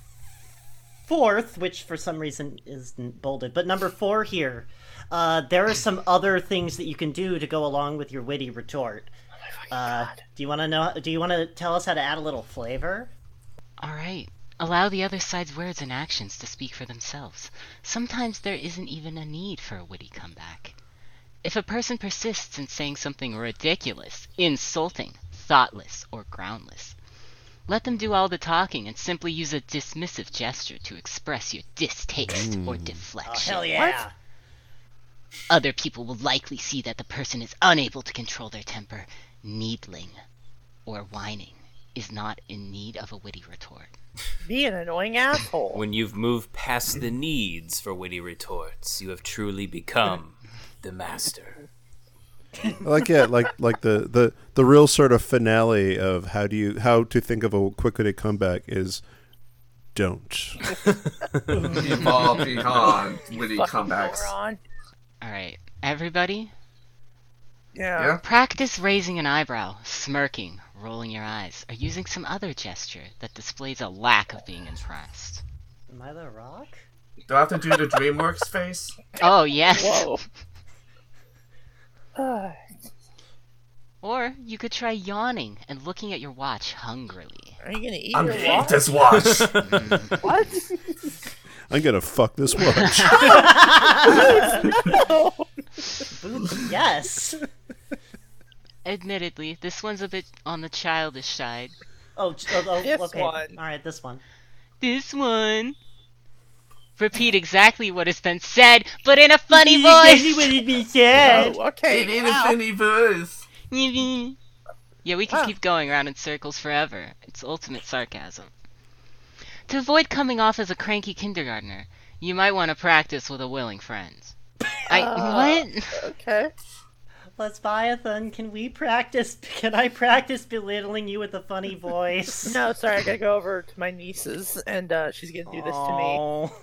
fourth, which for some reason isn't bolded, but number four here, uh, there are some other things that you can do to go along with your witty retort. Oh Uh, do you want to know? Do you want to tell us how to add a little flavor? Alright. Allow the other side's words and actions to speak for themselves. Sometimes there isn't even a need for a witty comeback. If a person persists in saying something ridiculous, insulting, thoughtless, or groundless, let them do all the talking and simply use a dismissive gesture to express your distaste or deflection. Hell yeah! Other people will likely see that the person is unable to control their temper. Needling or whining is not in need of a witty retort. Be an annoying asshole. When you've moved past the needs for witty retorts, you have truly become the master. I like yeah, like like the, the the real sort of finale of how do you how to think of a quick-witted comeback is don't. Evolve beyond witty Fucking comebacks. moron. All right, everybody, Yeah. Yeah. practice raising an eyebrow, smirking, rolling your eyes, or using some other gesture that displays a lack of being impressed. Am I the rock? Do I have to do the DreamWorks face? Oh, yes. Whoa. Ah, Or you could try yawning and looking at your watch hungrily. are you gonna eat I'm your hate wallet? this watch. What? I'm gonna fuck this watch. Yes. Admittedly, this one's a bit on the childish side. Oh, j- oh, oh This okay. one. All right, this one. This one. Repeat exactly what has been said, but in a funny voice. Oh, It okay. ain't wow. a thinny booth. yeah, we can keep going around in circles forever. It's ultimate sarcasm. To avoid coming off as a cranky kindergartner, you might want to practice with a willing friend. I what? Okay. Lesbiathan, can we practice? Can I practice belittling you with a funny voice? No, sorry, I gotta go over to my niece's, and uh, she's gonna do this to me. Oh.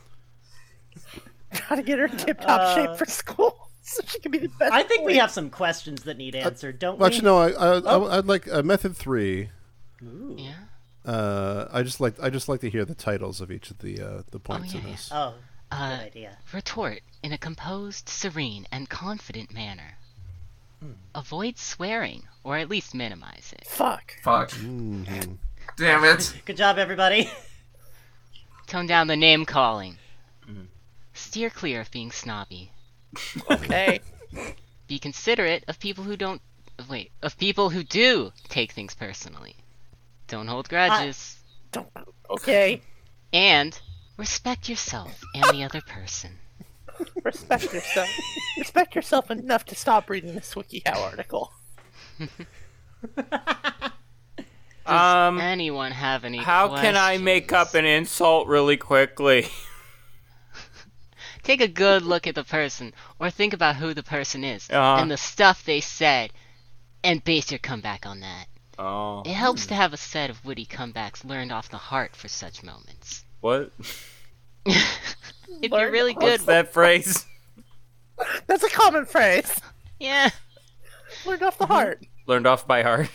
Gotta get her in tip-top shape for school, so she can be the best. Uh. I think we boy. have some questions that need answered, don't Well, we? actually, no. I, I, I I'd like uh, method three. Yeah. Uh, I just like I just like to hear the titles of each of the uh, the points yeah, in yeah. this. Oh, Uh, good idea. retort in a composed, serene, and confident manner. Avoid swearing, or at least minimize it. Fuck. Fuck. Damn it. Good job, everybody. Tone down the name calling. Steer clear of being snobby. Okay. be considerate of people who don't wait of people who do take things personally don't hold grudges Don't. Okay. and respect yourself and the other person Respect yourself. Respect yourself enough to stop reading this WikiHow article. Um, anyone have any how can I make up an questions? insult really quickly? take a good look at the person or think about who the person is Uh-huh. and the stuff they said and base your comeback on that Oh, it helps to have a set of witty comebacks learned off the heart for such moments what? if you're really good What's that phrase? That's a common phrase. yeah Learned off the Mm-hmm. heart. Learned off by heart.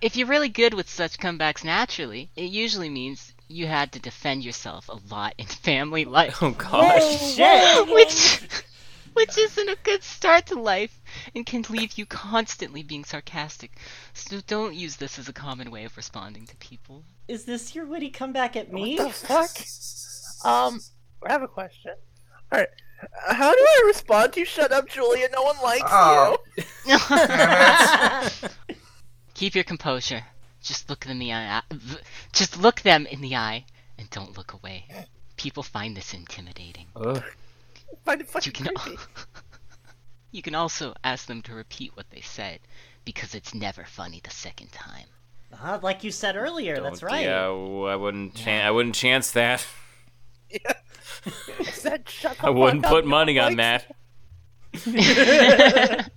If you're really good with such comebacks naturally, it usually means you had to defend yourself a lot in family life, Oh gosh. Shit. which which isn't a good start to life and can leave you constantly being sarcastic. So don't use this as a common way of responding to people. Is this your witty comeback at me? What the fuck? Um, I have a question. All right, how do I respond to "Shut up, Julia"? No one likes Ah. Oh. you. Keep your composure. Just look them in the eye. uh, Just look them in the eye and don't look away. People find this intimidating. Find it fucking You can creepy. You can also ask them to repeat what they said because it's never funny the second time. Uh, like you said earlier, that's Don't- right. Yeah, w- I wouldn't. Chan- I wouldn't chance that. Is that shut the I wouldn't fuck up, put no money one on likes that.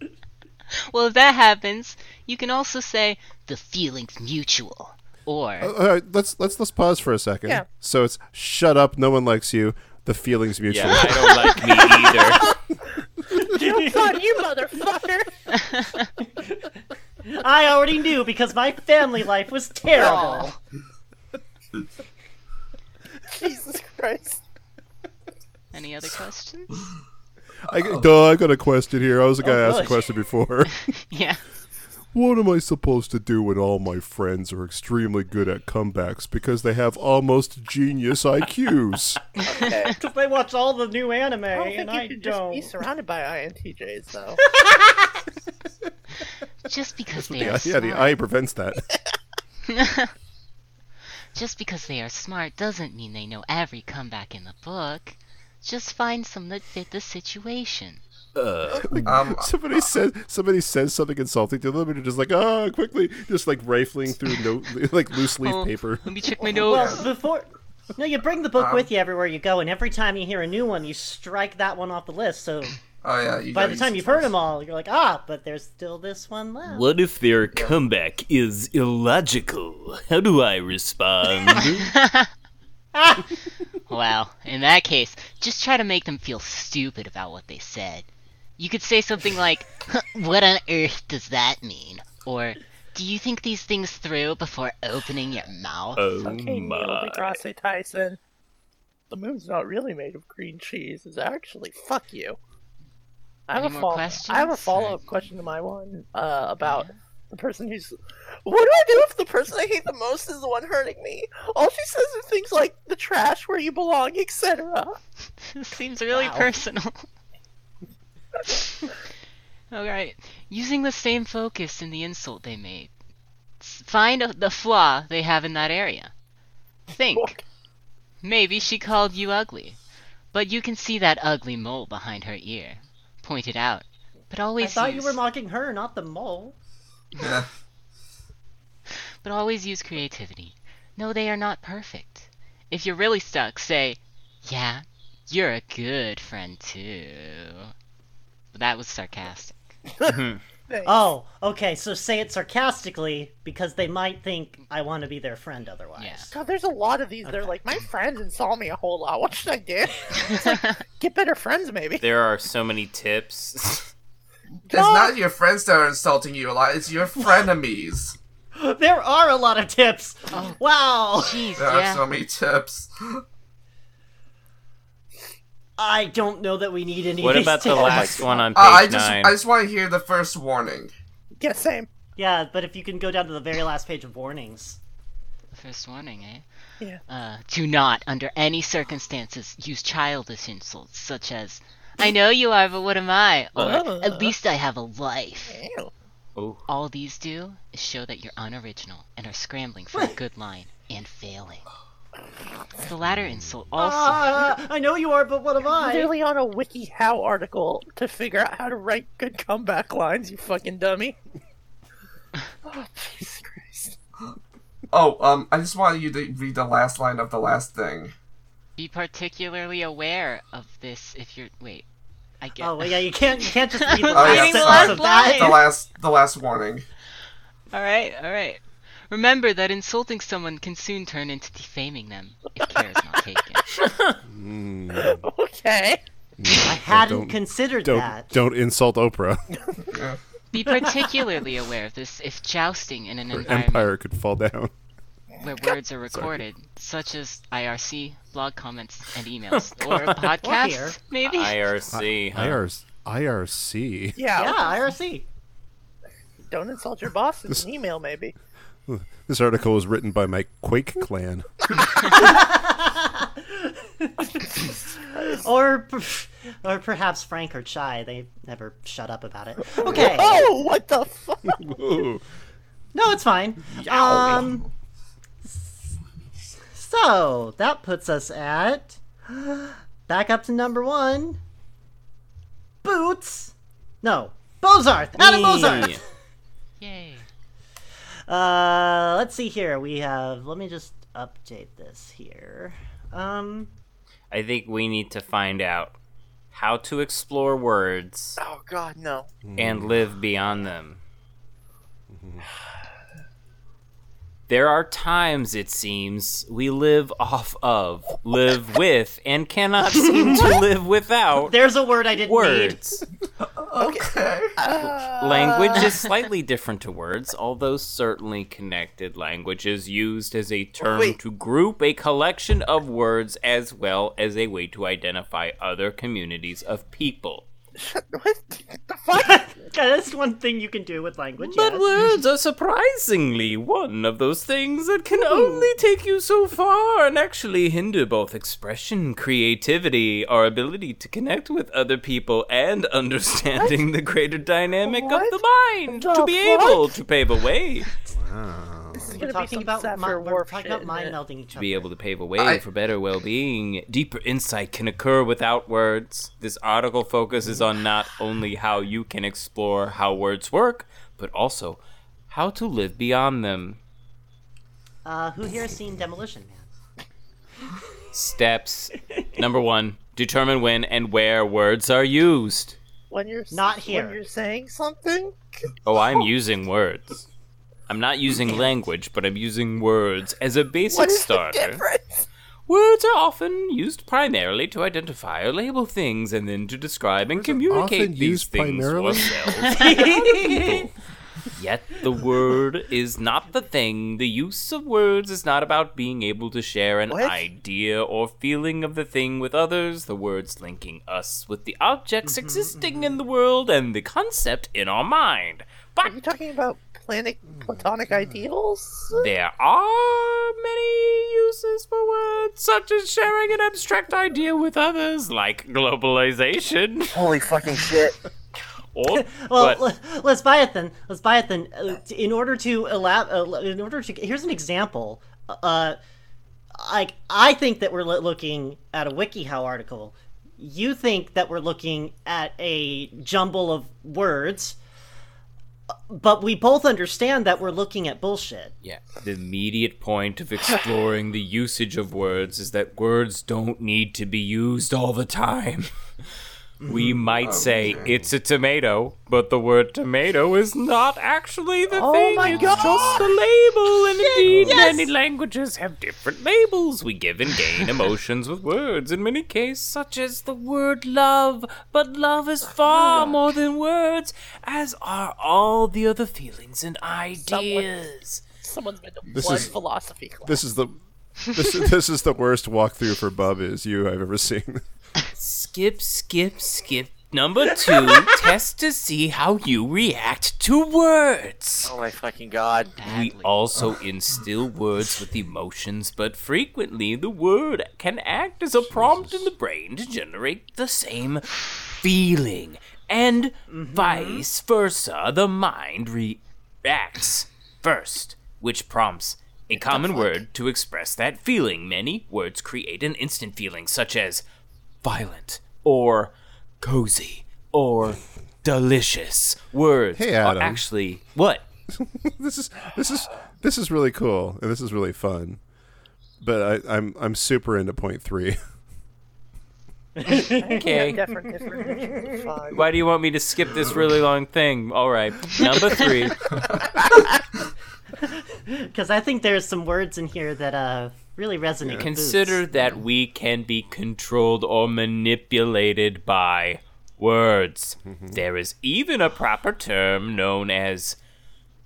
Well, if that happens, you can also say the feeling's mutual or Uh, All right, let's let's let's pause for a second. Yeah. So it's shut up, no one likes you. The feelings mutual. Yeah, I don't like me either. you. Joke's on Oh, you, motherfucker. I already knew because my family life was terrible. Jesus Christ. any other questions? I, duh, I got a question here. I was the guy Oh, asked a good. question before. yeah. what am I supposed to do when all my friends are extremely good at comebacks because they have almost genius IQs? Because they watch all the new anime, Oh. I don't think and you I should just don't. be surrounded by INTJs, though. Just because they yeah, are yeah, smart, the eye prevents that. just because they are smart doesn't mean they know every comeback in the book. Just find some that fit the situation. Um, somebody says somebody says something insulting to them, and you're just like, ah, quickly, just like rifling through note, like loose leaf Oh, paper. Let me check my Well, notes. before. No, you bring the book with you everywhere you go, and every time you hear a new one, you strike that one off the list. So oh yeah. You by gotta the use time the you've heard tools. them all, you're like, ah, but there's still this one left. What if their comeback is illogical? How do I respond? Well, in that case, just try to make them feel stupid about what they said. You could say something like, "Huh, What on earth does that mean? Or, Do you think these things through before opening your mouth? Okay, Neil deGrasse Tyson. The moon's not really made of green cheese. It's actually fuck you. I have Any a more follow. I have a questions? follow up question to my one uh, about the person who's. What do I do if the person I hate the most is the one hurting me? All she says are things like "the trash where you belong," etc. This seems really personal. Alright. Using the same focus in the insult they made, s- find a- the flaw they have in that area. Think. Maybe she called you ugly, but you can see that ugly mole behind her ear. Point it out. But I always thought you use, were mocking her, not the mole. Yeah. but always use creativity. No, they are not perfect. If you're really stuck, say, "Yeah, you're a good friend too." But that was sarcastic. Oh, okay. So say it sarcastically because they might think I want to be their friend otherwise. Yeah. God, there's a lot of these. They're like my friends insult me a whole lot. What should I do? It's like, get better friends, maybe. there are so many tips. It's not your friends that are insulting you a lot. It's your frenemies. There are a lot of tips. Wow. Jeez, There are yeah. so many tips. Uh, I don't know that we need any. What of these about the tips. last one on page Uh, I just, nine? I just want to hear the first warning. Yeah, same. Yeah, but if you can go down to the very last page of warnings. First warning, eh? Yeah. Uh, do not, under any circumstances, use childish insults such as, I know you are, but what am I? Or, Oh. at least I have a life. Ew. All these do is show that you're unoriginal and are scrambling for a good line and failing. The latter insult also. Ah, I know you are, but what am I? Literally on a WikiHow article to figure out how to write good comeback lines, you fucking dummy. oh, Jesus Christ. Oh, um, I just wanted you to read the last line of the last thing. Be particularly aware of this if you're. Wait. I get. Oh well, yeah, you can't. You can't just read the Oh, yeah, last sentence sorry. of that. The last, the last warning. Alright, alright. Remember that insulting someone can soon turn into defaming them if care is not taken. Okay. I hadn't don't- considered Don't that. don't insult Oprah. Be particularly aware of this if jousting in an environment Empire could fall down. where words are recorded, such as IRC, blog comments, and emails, or podcasts, maybe. IRC. huh? IRs. IRC. Yeah. Yeah, IRC. Don't insult your boss in an email, maybe. This article was written by my Quake clan. Or, per- or perhaps Frank or Chai. They never shut up about it. Okay. Oh, what the fuck? Whoa. No, it's fine. Um, so that puts us at back up to number one. Boots. No, Bozarth. Adam Bozarth. Yay. Uh, let's see here. We have. Let me just update this here. Um. I think we need to find out how to explore words Oh god, no. and live beyond them. There are times, it seems, we live off of, live with, and cannot seem to live without There's a word I didn't need. words. Okay. Language is slightly different to words, although certainly connected. Language is used as a term Wait. to group a collection of words as well as a way to identify other communities of people. What the fuck? Yeah, that's one thing you can do with language. But yes. words are surprisingly one of those things that can only take you so far and actually hinder both expression, creativity, our ability to connect with other people, and understanding the greater dynamic of the mind The to be able to pave a way. this is We're gonna be talking some about, mi- Sapphire we're Whorf talking shit, about mind isn't it? melding each other. be able to pave a way I- for better well-being. Deeper insight can occur without words. This article focuses on not only how you can explore how words work, but also how to live beyond them. Uh, who here has seen Demolition Man? Steps number 1, determine when and where words are used. When you're s- Not here. When you're saying something. Oh, I'm using words. I'm not using language, but I'm using words as a basic What is the starter. difference? Words are often used primarily to identify or label things and then to describe and communicate often these used things primarily? ourselves. Yet the word is not the thing. The use of words is not about being able to share an What? idea or feeling of the thing with others. The words linking us with the objects existing in the world and the concept in our mind. Are But you talking about planet platonic ideals? There are many uses for words, such as sharing an abstract idea with others, like globalization. Holy fucking shit. Or, Well, but le- let's buy it then. Let's buy it then. Uh, t- in order to allow, uh, in order to here's an example. Uh, like I think that we're lo- looking at a WikiHow article. You think that we're looking at a jumble of words, but we both understand that we're looking at bullshit. yeah, the immediate point of exploring the usage of words is that words don't need to be used all the time. We might say it's a tomato, but the word tomato is not actually the Oh thing. my it's God. just a label, and indeed, many languages have different labels. We give and gain emotions with words in many cases, such as the word love. But love is far more than words, as are all the other feelings and ideas. Someone's been to This one is- philosophy class. This is the this, is- this is the worst walkthrough for Bub is you I've ever seen. Skip, skip, skip. Number two, test to see how you react to words. Oh my fucking god. We Badly. also instill words with emotions, but frequently the word can act as a prompt in the brain to generate the same feeling, and vice versa. The mind reacts first, which prompts a common word to express that feeling. Many words create an instant feeling, such as violent or cozy or delicious. Words Hey, are Adam. actually what? this is this is this is really cool and this is really fun. But I, I'm I'm super into point three. Okay. Different, different. Fine. Why do you want me to skip this really long thing? All right, number three. Because I think there's some words in here that uh really resonate. with boots. Consider that we can be controlled or manipulated by Mm-hmm. words. There is even a proper term known as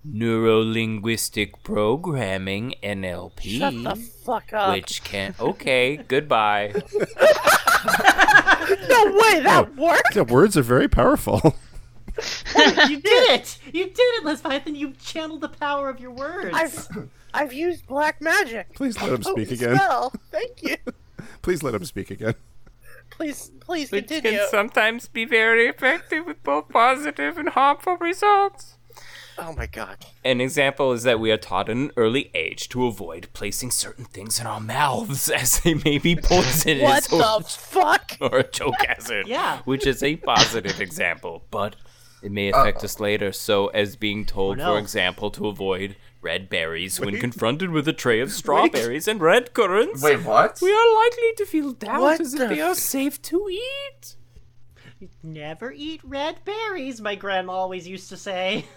Neurolinguistic Programming NLP. Shut the fuck up. Which can okay, goodbye. No way, that worked. Yeah, words are very powerful. you did it! You did it, Les Python. You channeled the power of your words. I've, I've used black magic. Please let A him speak potent again. Spell. Thank you. Please let him speak again. Please, please continue. sometimes be very effective with both positive and harmful results. Oh my god. An example is that we are taught at an early age to avoid placing certain things in our mouths as they may be poisonous What or, the fuck? or a choke hazard. Yeah. Which is a positive example, but it may affect us later. So, as being Oh, told, no. for example, to avoid red berries when confronted with a tray of strawberries and red currants, Wait, what? we are likely to feel doubt What as the if they are safe to eat. Never eat red berries, my grandma always used to say.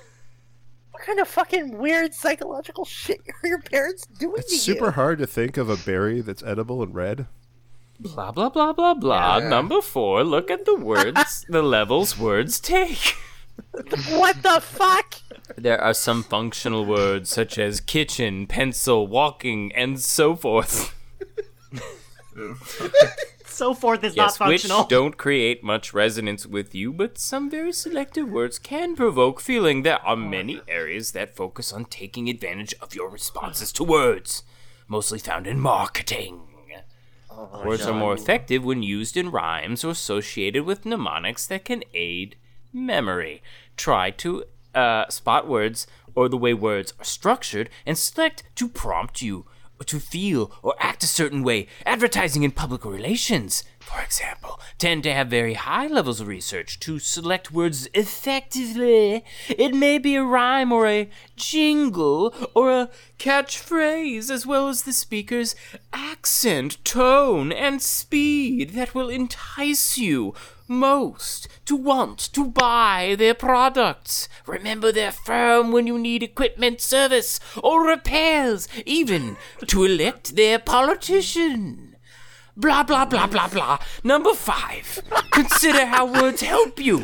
What kind of fucking weird psychological shit are your parents doing to It's super you? hard to think of a berry that's edible and red. Blah blah blah blah blah. Number four. Look at the words, the levels words take. What the fuck? There are some functional words such as kitchen, pencil, walking, and so forth. So forth is Yes, not which functional. don't create much resonance with you, but some very selective words can provoke feeling. There are many areas that focus on taking advantage of your responses to words, mostly found in marketing. Oh, words are more effective when used in rhymes or associated with mnemonics that can aid memory. Try to uh, spot words or the way words are structured and select to prompt you to feel or act a certain way. Advertising and public relations, for example, tend to have very high levels of research to select words effectively. It may be a rhyme or a jingle or a catchphrase, as well as the speaker's accent, tone, and speed that will entice you most to want to buy their products. Remember their firm when you need equipment service or repairs, even to elect their politician. Blah, blah, blah, blah, blah. Number five, consider how words help you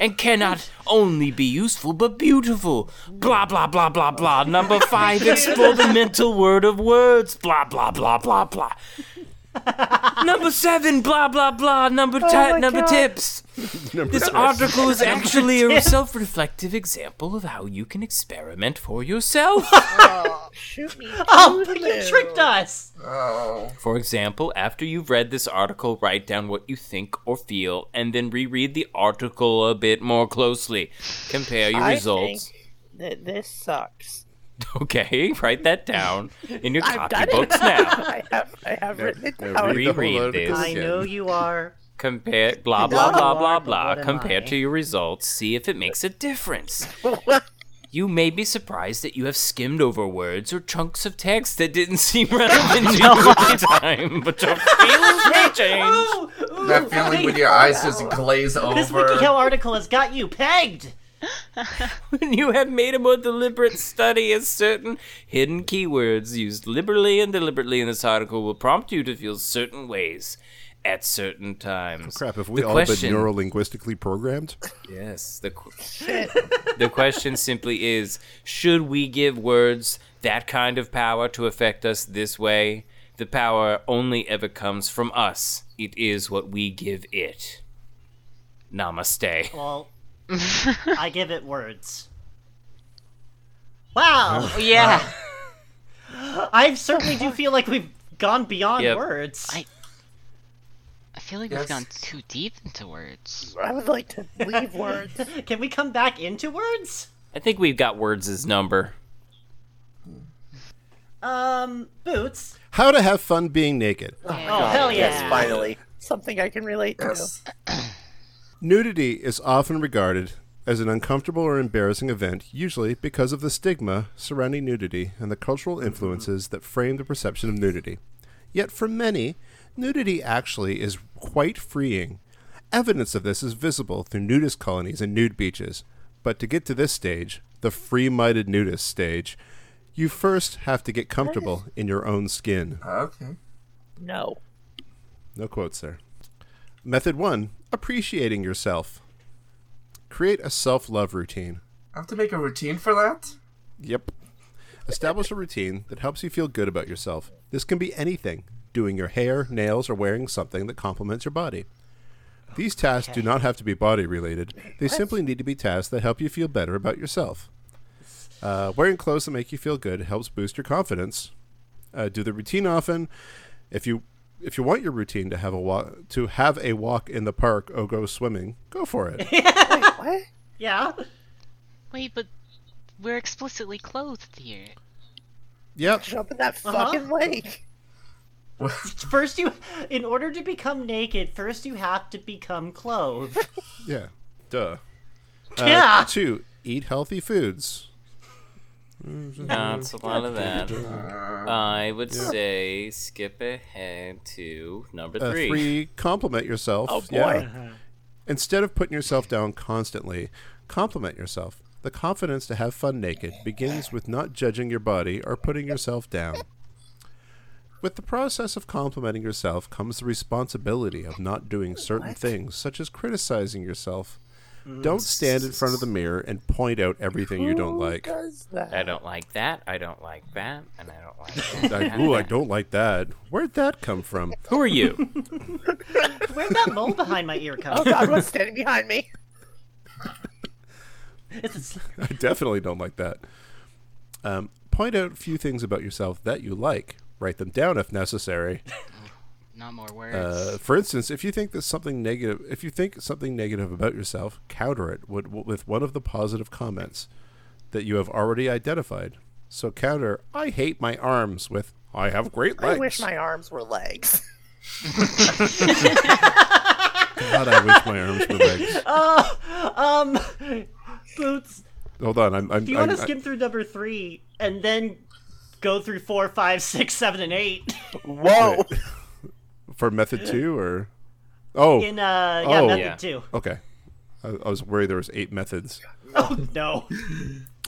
and cannot only be useful but beautiful. Blah, blah, blah, blah, blah. Number five, explore the mental word of words. Blah, blah, blah, blah, blah. Number seven, blah blah blah. Number Oh ti- number tips. this article is actually a self-reflective example of how you can experiment for yourself. Shoot me. Oh, through the you moon. tricked us! Oh. for example, after you've read this article, write down what you think or feel, and then reread the article a bit more closely. Compare your I results. think that this sucks. Okay, write that down in your I've done it. copybooks now. I have, I have written it no, down. read- Reread Reread this. this. I know you are. Compare blah blah No. blah blah But blah. what am Compare I? to your results. See if it makes a difference. What? You may be surprised that you have skimmed over words or chunks of text that didn't seem relevant to you at the time, but your feelings may change. Ooh, ooh, That feeling hey, when your eyes just glaze This over. WikiHow article has got you pegged! When you have made a more deliberate study of certain hidden keywords used liberally and deliberately in this article will prompt you to feel certain ways at certain times. Crap, have we The all question- been neurolinguistically programmed? Yes. The, qu- the question simply is should we give words that kind of power to affect us this way? The power only ever comes from us, it is what we give it. Namaste. Well, I give it words. Wow! Yeah. I certainly do feel like we've gone beyond Yep. words. I- I feel like Yes. we've gone too deep into words. I would like to leave words. Can we come back into words? I think we've got words as number. Um, boots. How to have fun being naked. Oh, hell yeah. Yes, finally. Something I can relate to. Yes. Nudity is often regarded as an uncomfortable or embarrassing event, usually because of the stigma surrounding nudity and the cultural influences that frame the perception of nudity. Yet for many, nudity actually is quite freeing. Evidence of this is visible through nudist colonies and nude beaches. But to get to this stage, the free minded nudist stage, you first have to get comfortable in your own skin. Okay. No. No quotes there. Method one appreciating yourself. Create a self love routine. I have to make a routine for that. Yep. Establish a routine that helps you feel good about yourself. This can be anything doing your hair, nails, or wearing something that complements your body. These tasks do not have to be body related, they simply need to be tasks that help you feel better about yourself. Uh, wearing clothes that make you feel good helps boost your confidence. Uh, do the routine often. If you if you want your routine to have a walk to have a walk in the park or go swimming, go for it. What? Yeah. Wait, but we're explicitly clothed here. Yep. Jump in that Uh-huh. fucking lake. First, you, in order to become naked, first you have to become clothed. Yeah. Duh. Uh, Yeah. Two. Eat healthy foods. That's a lot of that. I would say skip ahead to number Uh, three. three. Compliment yourself. Oh, boy. Yeah. Instead of putting yourself down constantly, compliment yourself. The confidence to have fun naked begins with not judging your body or putting yourself down. With the process of complimenting yourself comes the responsibility of not doing certain things, such as criticizing yourself. Mm. Don't stand in front of the mirror and point out everything you don't like. Does that? I don't like that. I don't like that, and I don't like that. Like, Ooh, I don't like that. Where'd that come from? Who are you? Where'd that mole behind my ear come Oh from? god, what's standing behind me? It's- I definitely don't like that. Um, point out a few things about yourself that you like. Write them down if necessary. Not more words. Uh, for instance, if you think that something negative, if you think something negative about yourself, counter it with, with one of the positive comments that you have already identified. So counter, I hate my arms with, I have great legs. I wish my arms were legs. God, I wish my arms were legs. um, Boots, Hold on, I'm. I'm do you want I'm- to skim through number three and then go through four, five, six, seven, and eight Whoa! for method two or? Oh, in uh yeah Oh. method Yeah. two? okay. I, I was worried there was eight methods. Oh no.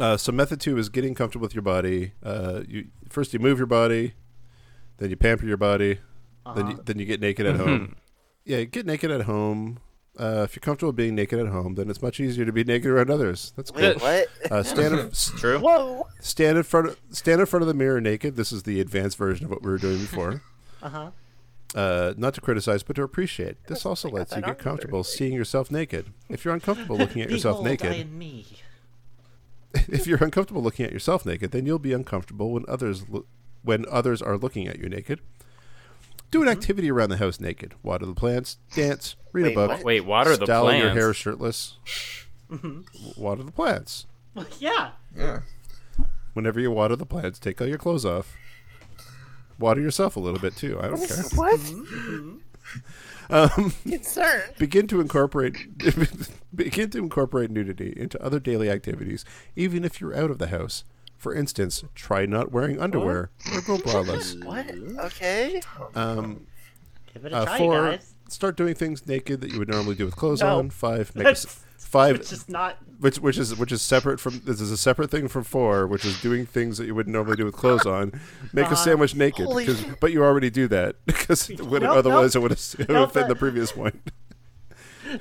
Uh, so method two is getting comfortable with your body. Uh, you first you move your body, then you pamper your body, then Uh-huh. you, then you get naked Mm-hmm. at home. Yeah, get naked at home. Uh, if you're comfortable being naked at home, then it's much easier to be naked around others. That's Wait, good. what? Uh, stand in, s- True. Whoa! stand in front of, stand in front of the mirror naked. This is the advanced version of what we were doing before. Uh-huh. Uh, not to criticize, but to appreciate. This also lets you that get arm comfortable seeing yourself naked. If you're uncomfortable looking at yourself Behold, naked, I am me. if you're uncomfortable looking at yourself naked, then you'll be uncomfortable when others lo- when others are looking at you naked. Do an activity around the house naked. Water the plants, dance, read a Wait, book, what? Mm-hmm. Wait, water the style plants. Mm-hmm. your hair shirtless. W- Water the plants. yeah. Yeah. Whenever you water the plants, take all your clothes off. Water yourself a little bit too. I don't care. What? Mm-hmm. Um, Concern. Begin to incorporate begin to incorporate nudity into other daily activities, even if you're out of the house. For instance, try not wearing underwear or go braless. What? mm-hmm. Okay. Give it a Uh, try, four, guys. start doing things naked that you would normally do with clothes No. on. Five, make a That's- s five, It's just not which which is which is separate from this is a separate thing from four, which is doing things that you would normally do with clothes on. Make a sandwich naked, Holy 'cause- but you already do that because it would, Uh, Nope, otherwise nope. it would have Nope, been the uh, previous one.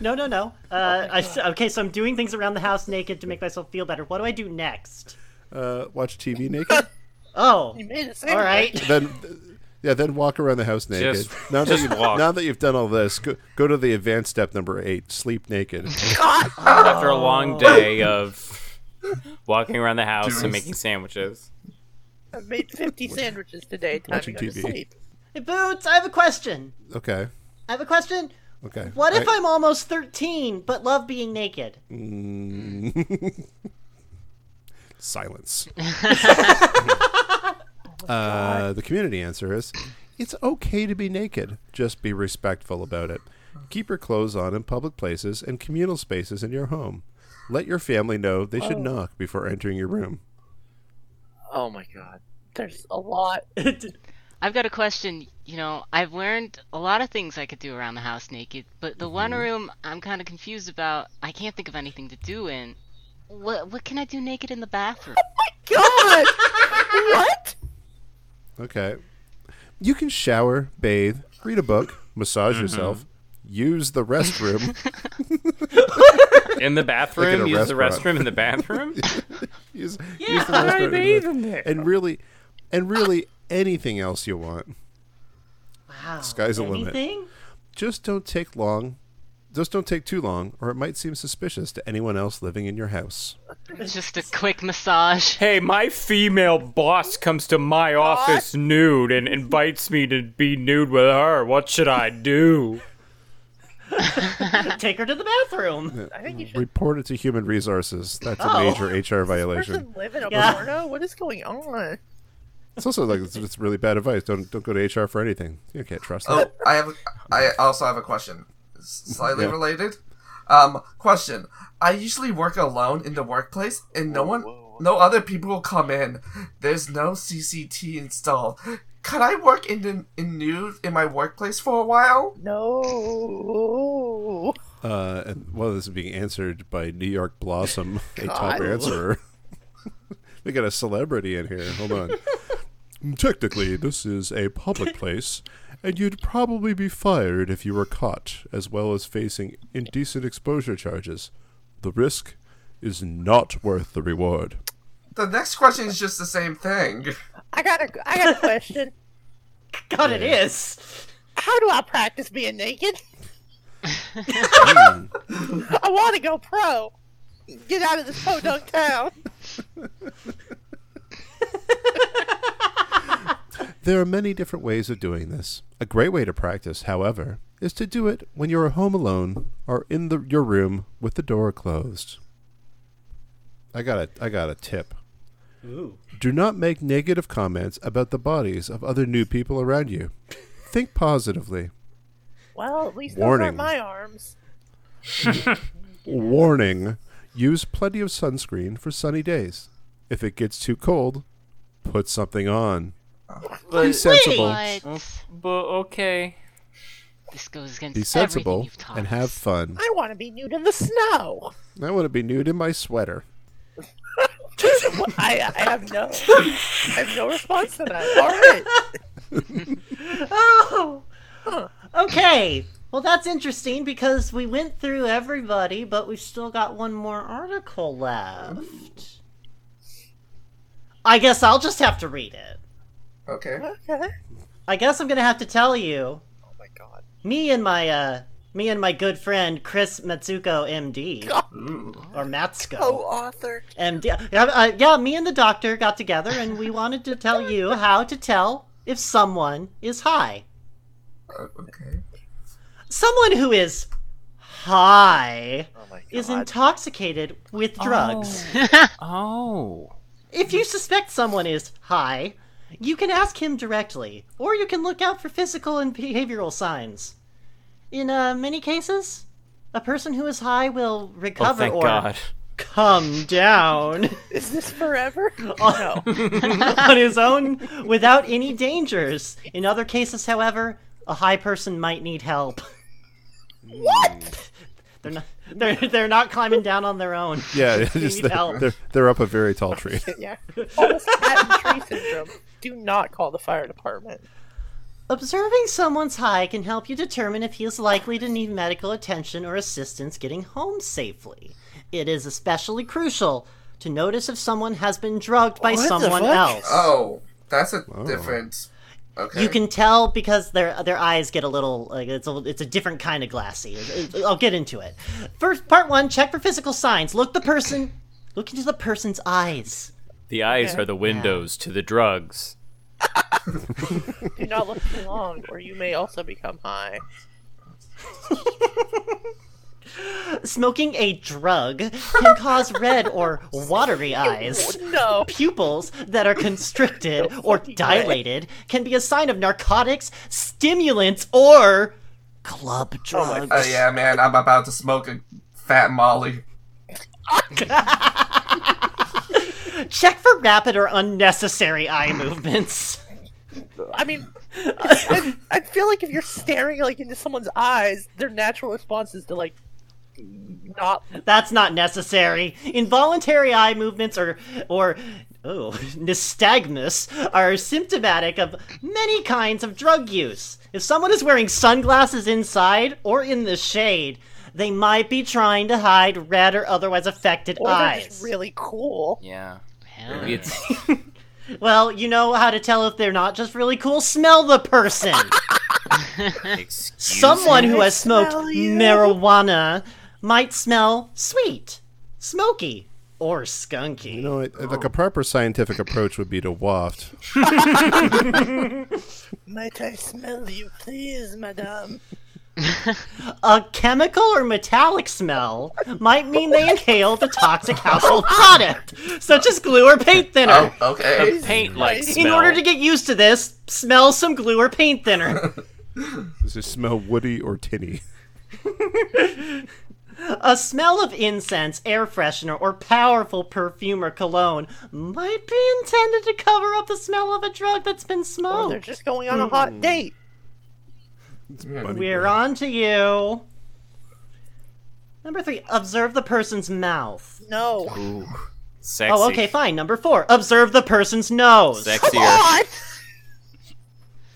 No, no, no. Oh Uh, I s okay, so I'm doing things around the house naked to make myself feel better. What do I do next? Uh, watch TV naked, Oh, You made it sound all like- right. then. Yeah, then walk around the house naked. Just- now, just that you, walk. now that you've done all this, go, go to the advanced step number eight: sleep naked. After a long day of walking around the house and Doing- making sandwiches. I made 50 sandwiches today. Time to Watching go to TV. sleep. Hey, Boots, I have a question. Okay, I have a question. okay. What if I- I'm almost 13 but love being naked? silence. uh, the community answer is it's okay to be naked. Just be respectful about it. Keep your clothes on in public places and communal spaces in your home. Let your family know they should knock before entering your room. Oh my god. There's a lot. I've got a question. You know, I've learned a lot of things I could do around the house naked, but the Mm-hmm. one room I'm kind of confused about, I can't think of anything to do in. What what can I do naked in the bathroom? God! what? Okay. You can shower, bathe, read a book, massage yourself, use the restroom, in the bathroom, Like in a use the restaurant. restroom in the bathroom. use, Yeah, use the why restroom are and they do that. even there? And really, and really, anything else you want. Wow. Sky's the limit. Anything? Just don't take long. Just don't take too long, or it might seem suspicious to anyone else living in your house. Just a quick massage. Hey, my female boss comes to my office nude and invites me to be nude with her. What should I do? Take her to the bathroom. I think you should. Report it to Human Resources. That's a Oh. major HR Person violation. live in a Yeah. porno? What is going on? It's also like it's, it's really bad advice. Don't don't go to HR for anything. You can't trust them. Oh, I have. I also have a question, S- slightly Yeah. related. Um, question: I usually work alone in the workplace, and no one, no other people will come in. There's no CCT installed. Can I work in the, in nude in my workplace for a while? No. Uh, and well, this is being answered by New York Blossom, a top answerer. we got a celebrity in here. Hold on. Technically, this is a public place, and you'd probably be fired if you were caught, as well as facing indecent exposure charges. The risk is not worth the reward. The next question is just the same thing. I got a, I got a question. God, it is. How do I practice being naked? I want to go pro. Get out of this podunk town. There are many different ways of doing this. A great way to practice, however, is to do it when you're home alone or in the, your room with the door closed. I got a, I got a tip. Do not make negative comments about the bodies of other new people around you. Think positively. Well, at least those Warning. aren't my arms. Warning use plenty of sunscreen for sunny days. If it gets too cold, put something on. Be sensible. What? Oh. But okay. This goes against Be everything sensible you've taught and have us. fun. I want to be nude in the snow. I want to be nude in my sweater. I, I have no, I have no response to that. All right. Oh. Okay. Well, that's interesting because we went through everybody, but we've still got one more article left. I guess I'll just have to read it. Okay. Okay. I guess I'm gonna have to tell you, Oh my god. me and my uh, me and my good friend Chris Matsuko, MD, or Matsuko. Co-author. And yeah, yeah, uh, yeah, me and the doctor got together and we wanted to tell you how to tell if someone is high. Uh, okay. Someone who is high Oh my god. is intoxicated with drugs. Oh. If you suspect someone is high, you can ask him directly, or you can look out for physical and behavioral signs. In uh, many cases, a person who is high will Oh, recover thank or God. come down. Is this forever? no. on his own without any dangers. In other cases, however, a high person might need help. What? They're not they're, they're not climbing down on their own. Yeah, They just need they're, help. they're, they're up a very tall tree. Yeah. All this cat and tree syndrome. Do not call the fire department. Observing someone's high can help you determine if he is likely to need medical attention or assistance getting home safely. It is especially crucial to notice if someone has been drugged by What the someone fuck? else. Oh, that's a different. Okay. You can tell because their their eyes get a little like it's a it's a different kind of glassy. It- it- I'll get into it. First, part one: check for physical signs. Look the person, look into the person's eyes. The eyes are the windows to the drugs. Do not look too long, or you may also become high. Smoking a drug can cause red or watery eyes. No. Pupils that are constricted or dilated can be a sign of narcotics, stimulants, or club drugs. Uh, yeah, man, I'm about to smoke a fat Molly. Check for rapid or unnecessary eye movements. I mean, I, I feel like if you're staring like into someone's eyes, their natural response is to like not. That's not necessary. Involuntary eye movements or or oh, nystagmus are symptomatic of many kinds of drug use. If someone is wearing sunglasses inside or in the shade, They might be trying to hide red or otherwise affected Or they're eyes. just really cool. Yeah. Hell Maybe it's Well, you know how to tell if they're not just really cool. Smell the person. excuse Someone me? who has smoked smell you. marijuana might smell sweet, smoky, or skunky. You know, Oh. it, like a proper scientific approach would be to waft. Might I smell you, please, madame? A chemical or metallic smell might mean they inhaled a toxic household product, such as glue or paint thinner. Oh, okay. paint like smell. In order to get used to this, smell some glue or paint thinner. Does it smell woody or tinny? A smell of incense, air freshener, or powerful perfume or cologne might be intended to cover up the smell of a drug that's been Or they're smoked. just going on a hot date. We're on to you. Number three, observe the person's mouth. No. Sexy. Oh, okay, fine. Number four, observe the person's nose. Sexier.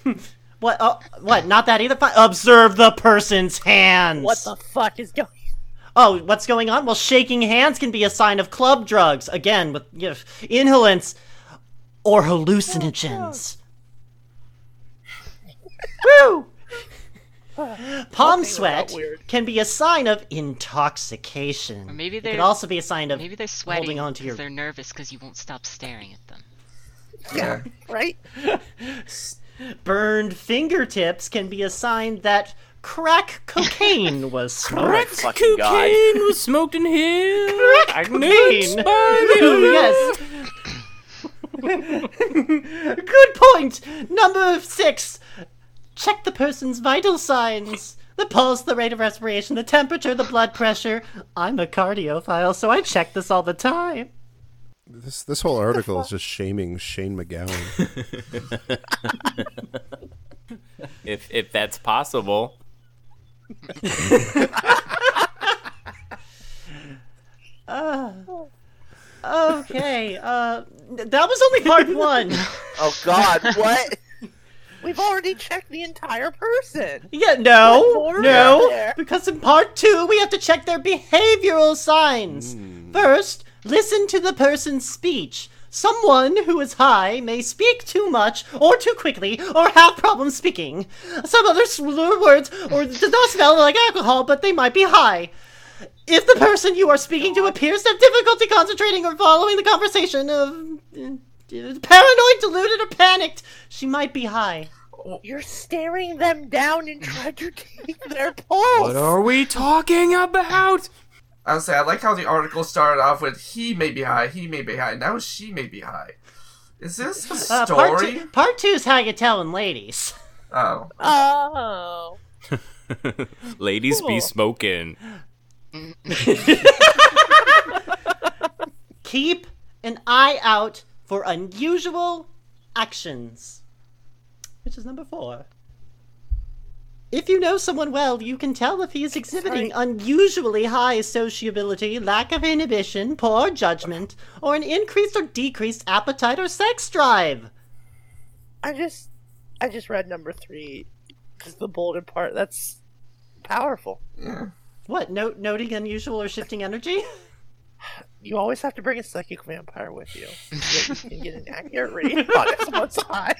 God! What? Oh, what? Not that either. Fine. Observe the person's hands. What the fuck is going Oh, what's going on? Well, shaking hands can be a sign of club drugs. Again, with you know, inhalants or hallucinogens. Woo! Palm sweat weird. can be a sign of intoxication. Or maybe it could they're- also be a sign of Maybe they're sweating holding on to because your. they're nervous because you won't stop staring at them. Yeah. Right? Burned fingertips can be a sign that crack cocaine was smoked. Fucking god. was smoked in here. Crack cocaine. yes. Good point. Number six. Check the person's vital signs. The pulse, the rate of respiration, the temperature, the blood pressure. I'm a cardiophile, so I check this all the time. This this whole article is just shaming Shane McGowan. If if that's possible. Okay, uh, that was only part one. Oh god, what? We've already checked the entire person. Yeah, no, More out no, there. because in part two we have to check their behavioral signs. First, listen to the person's speech. Someone who is high may speak too much or too quickly or have problems speaking. Some other slur words or does not smell like alcohol, but they might be high. If the person you are speaking to appears to have difficulty concentrating or following the conversation of uh, paranoid, deluded, or panicked, she might be high. You're staring them down and trying to take their pulse. are we talking about? I was say I like how the article started off with he may be high, he may be high, now she may be high. Is this a Uh, story? part, two, part two is how you telling ladies. Oh. Oh. Ladies be smoking. Keep an eye out for unusual actions, which is number four. If you know someone well, you can tell if he is exhibiting unusually high sociability, lack of inhibition, poor judgment, or an increased or decreased appetite or sex drive. I just, I just read number three because the bolded part. That's powerful. What? No, noting unusual or shifting energy? You always have to bring a psychic vampire with you. so that you can get an accurate read on if someone's high.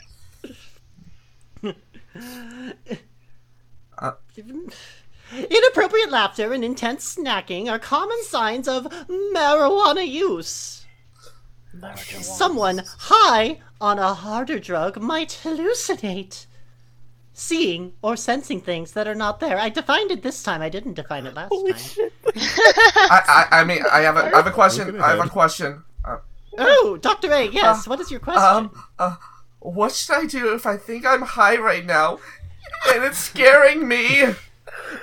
Inappropriate laughter and intense snacking are common signs of marijuana use. Someone high on a harder drug might hallucinate, seeing or sensing things that are not there. I defined it this time. I didn't define it last Holy time. shit! I, I I mean I have a I have a question. Looking I have a ahead. question. Uh, Oh, Doctor A. Yes. what is your question? um uh, what should I do if I think I'm high right now and it's scaring me?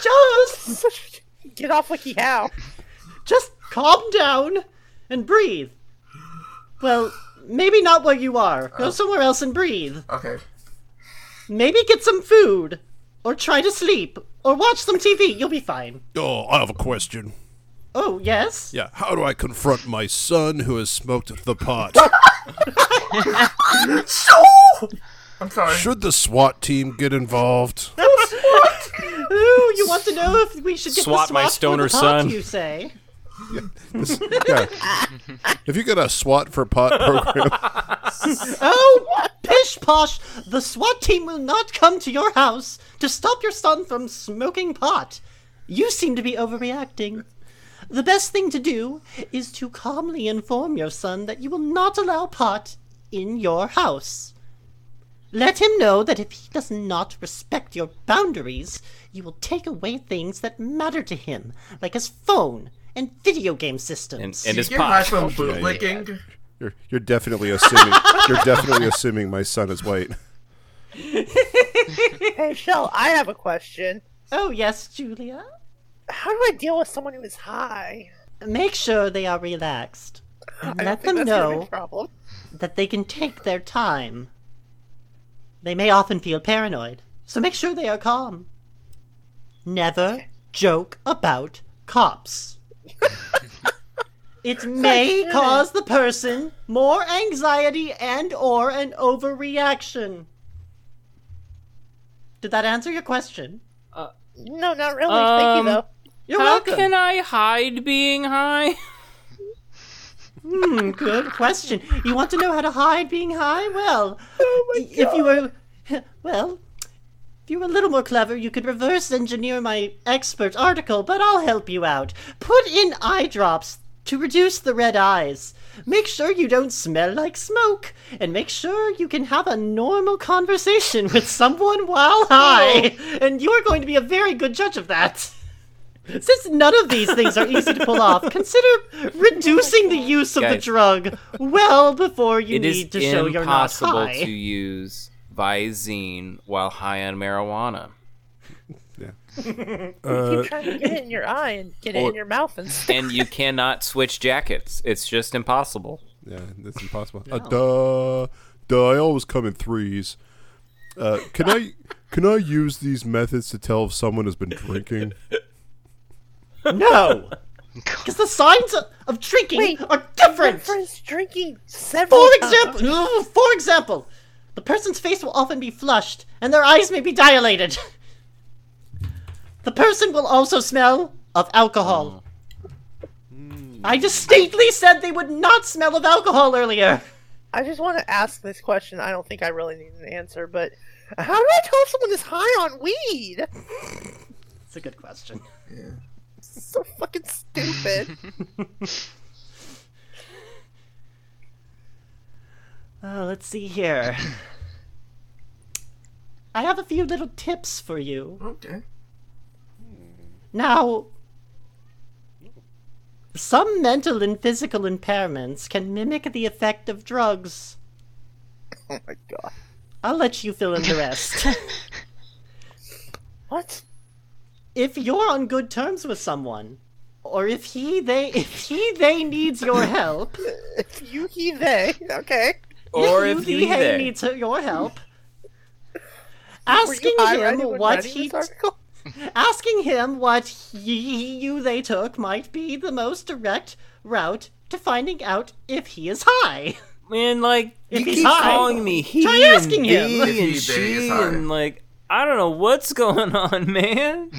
just, Such- Get off Wiki How. just calm down and breathe. Well, maybe not where you are. Oh. Go somewhere else and breathe. Okay. Maybe get some food, or try to sleep, or watch some TV. You'll be fine. Oh, I have a question. Oh, yes? Yeah, how do I confront my son who has smoked the pot? I'm sorry. Should the SWAT team get involved? Ooh, you want to know if we should get Swat the my swat for stoner the pot, son. You say. This- yeah. Have you got a SWAT for pot program? Oh, pish posh! The SWAT team will not come to your house to stop your son from smoking pot. You seem to be overreacting. The best thing to do is to calmly inform your son that you will not allow pot in your house. Let him know that if he does not respect your boundaries, you will take away things that matter to him, like his phone and video game and, systems. and his You're high pot. from bootlicking. You're, you're definitely assuming. You're definitely assuming my son is white. Hey, Shell, I have a question. oh, yes, Julia? How do I deal with someone who is high? Make sure they are relaxed. And I let don't them think that's gonna be know a problem. that they can take their time. They may often feel paranoid, so make sure they are calm. Never joke about cops. it may cause the person more anxiety and or an overreaction. Did that answer your question? No, not really. Thank you, Um, though. You're How welcome. can I hide being high? Hmm, good question. You want to know how to hide being high? Well, if you were, well, if you were a little more clever, you could reverse engineer my expert article, but I'll help you out. Put in eye drops to reduce the red eyes. Make sure you don't smell like smoke, and make sure you can have a normal conversation with someone while high. And you're going to be a very good judge of that. Since none of these things are easy to pull off, consider reducing the use of the Guys. drug well before you It is need to show you're not impossible high. to use Visine while high on marijuana. Uh, Keep trying to get it in your eye and get it Or- in your mouth and stuff. And you cannot switch jackets. It's just impossible. yeah, that's impossible. Uh, duh, duh. I always come in threes. Uh, can I can I use these methods to tell if someone has been drinking? No, because the signs of, of drinking Wait, are different. For Friends drinking several. times. example, Ugh, for example, the person's face will often be flushed, and their eyes may be dilated. The person will also smell of alcohol. I distinctly said they would not smell of alcohol earlier. I just want to ask this question. I don't think I really need an answer, but how do I tell if someone is high on weed? It's a good question. so fucking stupid. Oh, let's see here. I have a few little tips for you. Okay. Now, some mental and physical impairments can mimic the effect of drugs. oh my god. I'll let you fill in the rest. What? if you're on good terms with someone, or if he they if he they needs your help, If you, he, they. Okay. Or you, if thee, he hey there. needs your help, Were you asking high when him you were what writing he this article? asking him what he, you they took might be the most direct route to finding out if he is high. Man, like you If keep he's high, calling me he try and asking him. thee If he and did, she he's high. and like I don't know what's going on, man.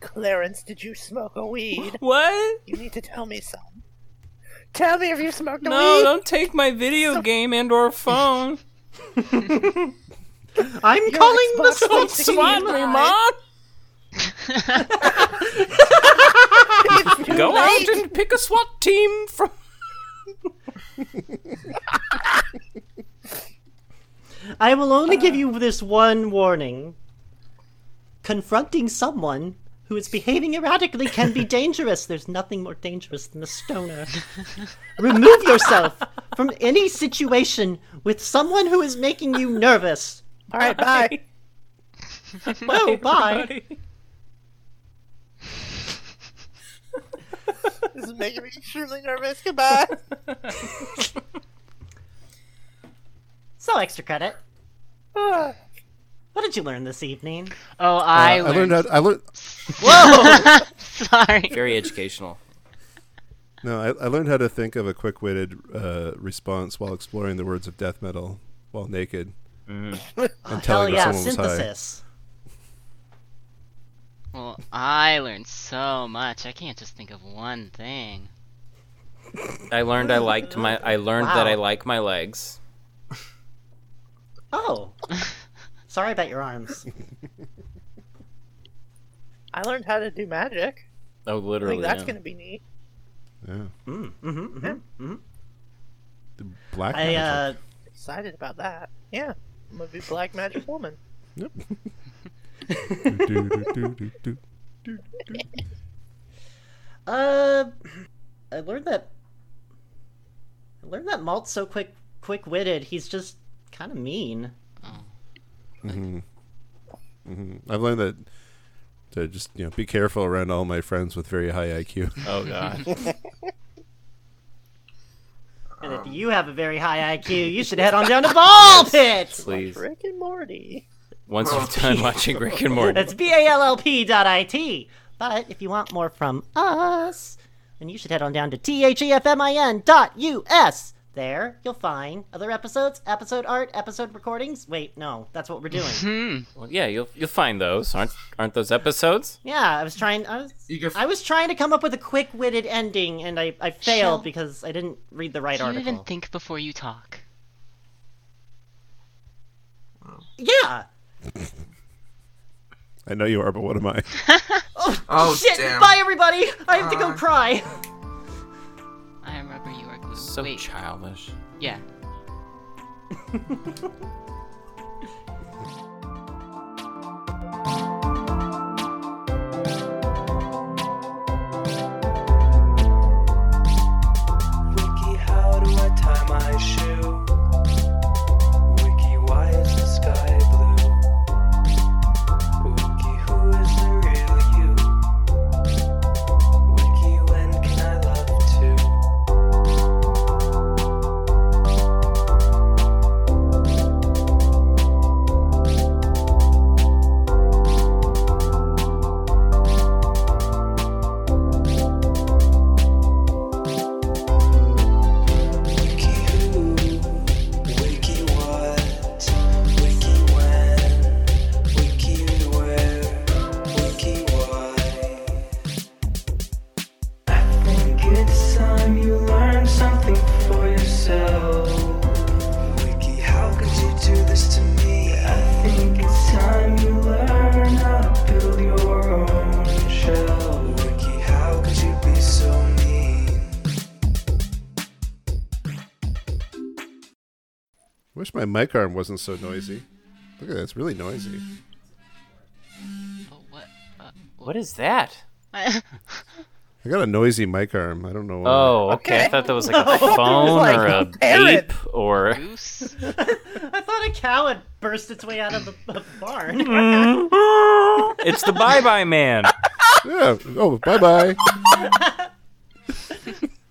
Clarence, did you smoke a weed? What? You need to tell me some. Tell me if you smoked a No, weed. don't take my video game and or phone. I'm calling the Xbox SWAT One Squad team. Me, mom. It's too Go late. out and pick a SWAT team from. I will only give you this one warning. Confronting someone who is behaving erratically can be dangerous. There's nothing more dangerous than a stoner. Remove yourself from any situation with someone who is making you nervous. All right, bye. Oh, bye. This is making me extremely nervous. Goodbye. So extra credit. Ah. What did you learn this evening? Oh, I, Uh, I learned how. I learned. Sorry. Very educational. No, I, I learned how to think of a quick-witted uh, response while exploring the words of death metal while naked. and Hell telling if Oh, yeah, someone was high. synthesis. Well, I learned so much. I can't just think of one thing. I learned I liked my. I learned that I Wow. like my legs. Oh. Sorry about your arms. I learned how to do magic. Oh, I literally. think that's yeah. going to be neat. Yeah. Mm, mm-hmm, mm-hmm, mm-hmm. The black I, uh, magic. Excited about that. Yeah, I'm gonna be black magic woman. Yep. Do-do-do-do-do. uh, I learned that. I learned that Malt's so quick, quick-witted. He's just kind of mean. I've learned that to just you know be careful around all my friends with very high IQ. Oh god. And if you have a very high IQ, you should head on down to Ball Pit. Please. Rick and Morty. Once you're done watching Rick and Morty. That's B A L L P dot I T. But if you want more from us, then you should head on down to T H E F M I N dot U S. There, you'll find other episodes, episode art, episode recordings. Wait, no, that's what we're doing. Well, yeah, you'll you'll find those. Aren't aren't those episodes? yeah, I was trying. I was, You can I was trying to come up with a quick-witted ending, and I, I failed Shall- because I didn't read the right Do you article. even think before you talk? yeah. I know you are, but what am I? Oh, Shit. damn. Bye, everybody. I have to go Uh. cry. I am rubber, you are glue. So Wait, childish. yeah. Wiki, how do I tie my shoe? Wiki, why is the sky blue? Wiki, who is the real you? Wiki, when can I love too? Wiki who? Wiki what? Wiki when? Wiki where? Wiki why? I think it's time you learn something for yourself. Wiki, how could you do this to me? I think it's time you learn how to build your own shell. Wiki, how could you be so mean? Wish my mic arm wasn't so noisy. Look at that; it's really noisy. Oh, what? Uh, What is that? I got a noisy mic arm. I don't know. Why. Oh, okay. I thought that was like a phone like or a a parrot. ape or goose? I thought a cow had burst its way out of the, of the barn. it's the Bye Bye Man. yeah. Oh, bye bye.